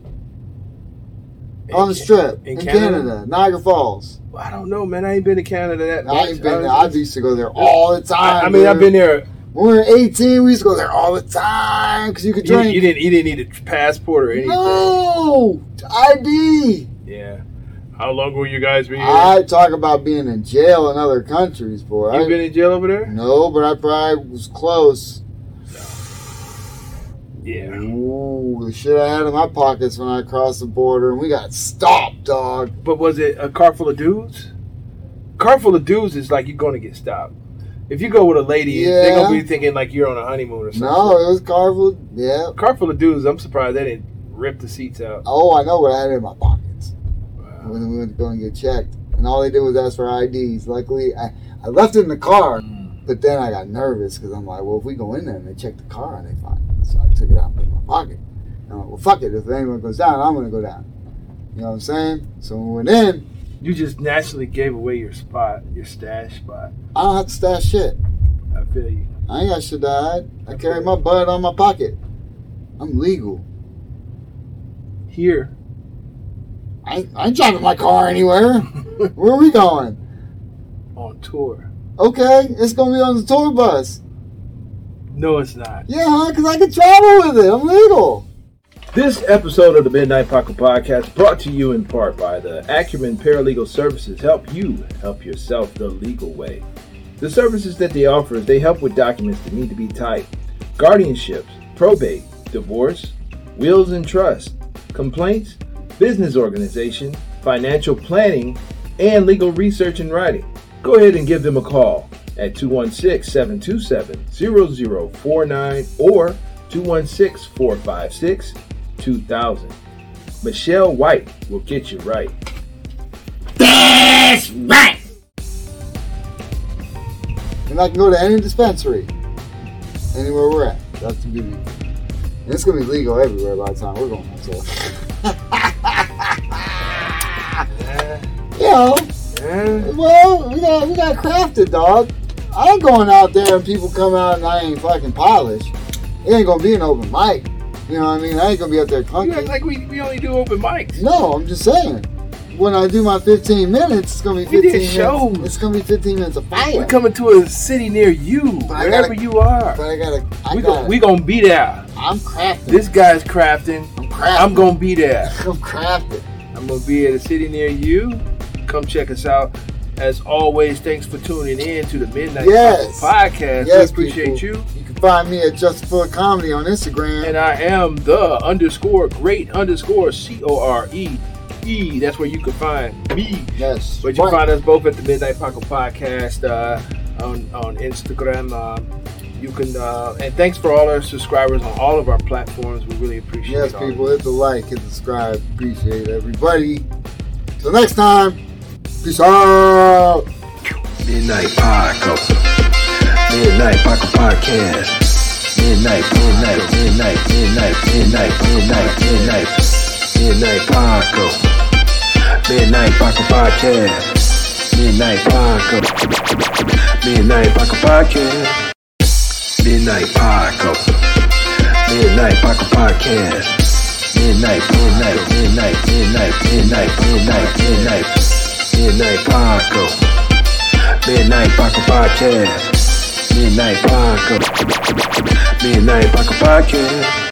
S2: On the strip.
S1: in
S2: In,
S1: Canada?
S2: Canada? Niagara Falls.
S1: I don't know, man. I ain't been to Canada that much.
S2: I ain't been there. I
S1: was just-
S2: used to go there all the
S1: I-
S2: time.
S1: I mean, I've been
S2: dude.
S1: there.
S2: When we were 18, we used to go there all the time because you could
S1: You,
S2: drink.
S1: you didn't. You didn't need a passport or anything.
S2: no! ID!
S1: Yeah. How long will you guys be here?
S2: I talk about being in jail in other countries, boy.
S1: you
S2: I-
S1: been in jail over there?
S2: no, but I probably was close.
S1: Yeah.
S2: Ooh, the shit I had in my pockets when I crossed the border, and we got stopped, dog.
S1: But was it a car full of dudes? Car full of dudes is like you're going to get stopped. If you go with a lady, they're
S2: Yeah.
S1: gonna be thinking like you're on a honeymoon or something.
S2: No, it was Carvel. Yeah.
S1: Car full of dudes. I'm surprised they didn't rip the seats out.
S2: Oh, I know what I had in my pockets
S1: Wow.
S2: when we went to go and get checked, and all they did was ask for IDs. Luckily, I, I left it in the car, but then I got nervous because I'm like, well, if we go in there and they check the car, they find it. So I took it out of my pocket. And I'm like, well, fuck it. If anyone goes down, I'm gonna go down. You know what I'm saying? So when we went in,
S1: You just naturally gave away your spot, your stash spot.
S2: I don't have to stash shit.
S1: I feel you.
S2: I ain't got shit to hide. I carry my bud on my pocket. I'm legal.
S1: Here,
S2: I, I ain't driving my car anywhere. Where are we going?
S1: on tour.
S2: Okay, it's gonna be on the tour bus.
S1: No, it's not.
S2: Yeah, huh? Cause I can travel with it. I'm legal.
S3: This episode of the Midnight Pocket Podcast brought to you in part by the Acumen Paralegal Services help you help yourself the legal way. The services that they offer is they help with documents that need to be typed, guardianships, probate, divorce, wills and trust, complaints, business organization, financial planning, and legal research and writing. Go ahead and give them a call at 216 727 0049 or 216 456 2000. Michelle White will get you right.
S2: That's right. And I can go to any dispensary, anywhere we're at. That's the beauty. And it's gonna be legal everywhere by the time we're going out. So. know, Uh-huh.
S1: Man,
S2: well, we got we got crafted, dog. I ain't going out there and people come out and I ain't fucking polished. It ain't gonna be an open mic. You know what I mean? I ain't gonna be out there
S1: you act
S2: clunky.
S1: like we, we only do open mics.
S2: No, I'm just saying. When I do my 15 minutes, it's gonna be
S1: We
S2: 15
S1: did
S2: minutes.
S1: shows.
S2: It's gonna be 15 minutes of
S1: We're
S2: fire.
S1: coming to a city near you,
S2: But I
S1: wherever
S2: gotta-
S1: you are.
S2: But I gotta, I
S1: we
S2: gotta.
S1: gon' we gonna be there.
S2: I'm crafted.
S1: This guy's crafting.
S2: I'm crafted.
S1: I'm gonna be there.
S2: I'm crafted.
S1: I'm gonna be at a city near you. Come check us out. As always, thanks for tuning in to the Midnight
S2: Yes.
S1: Gospel Podcast.
S2: Yes,
S1: we appreciate
S2: people.
S1: you.
S2: You can find me at Just for Comedy on Instagram.
S1: And I am the underscore great underscore C O R E E. That's where you can find me.
S2: yes.
S1: But you can
S2: Right.
S1: find us both at the Midnight Pocket Podcast uh, on on Instagram. Um, you can uh, and thanks for all our subscribers on all of our platforms. We really appreciate
S2: Yes,
S1: all of
S2: people, hit the like, hit the subscribe. Appreciate everybody. Till next time, peace out.
S4: Midnight Podcast. Midnight Pocket Podcast. Midnight, midnight, midnight, midnight, midnight, midnight, midnight. Midnight Podcast. Midnight Pocket Podcast. Midnight Podcast. Midnight Pocket Podcast. Midnight Podcast. Midnight Pocket Podcast. Midnight, midnight, midnight, midnight, midnight, midnight, midnight. Midnight Podcast. Midnight Baka Podcast. Midnight Baka. Midnight Baka Podcast.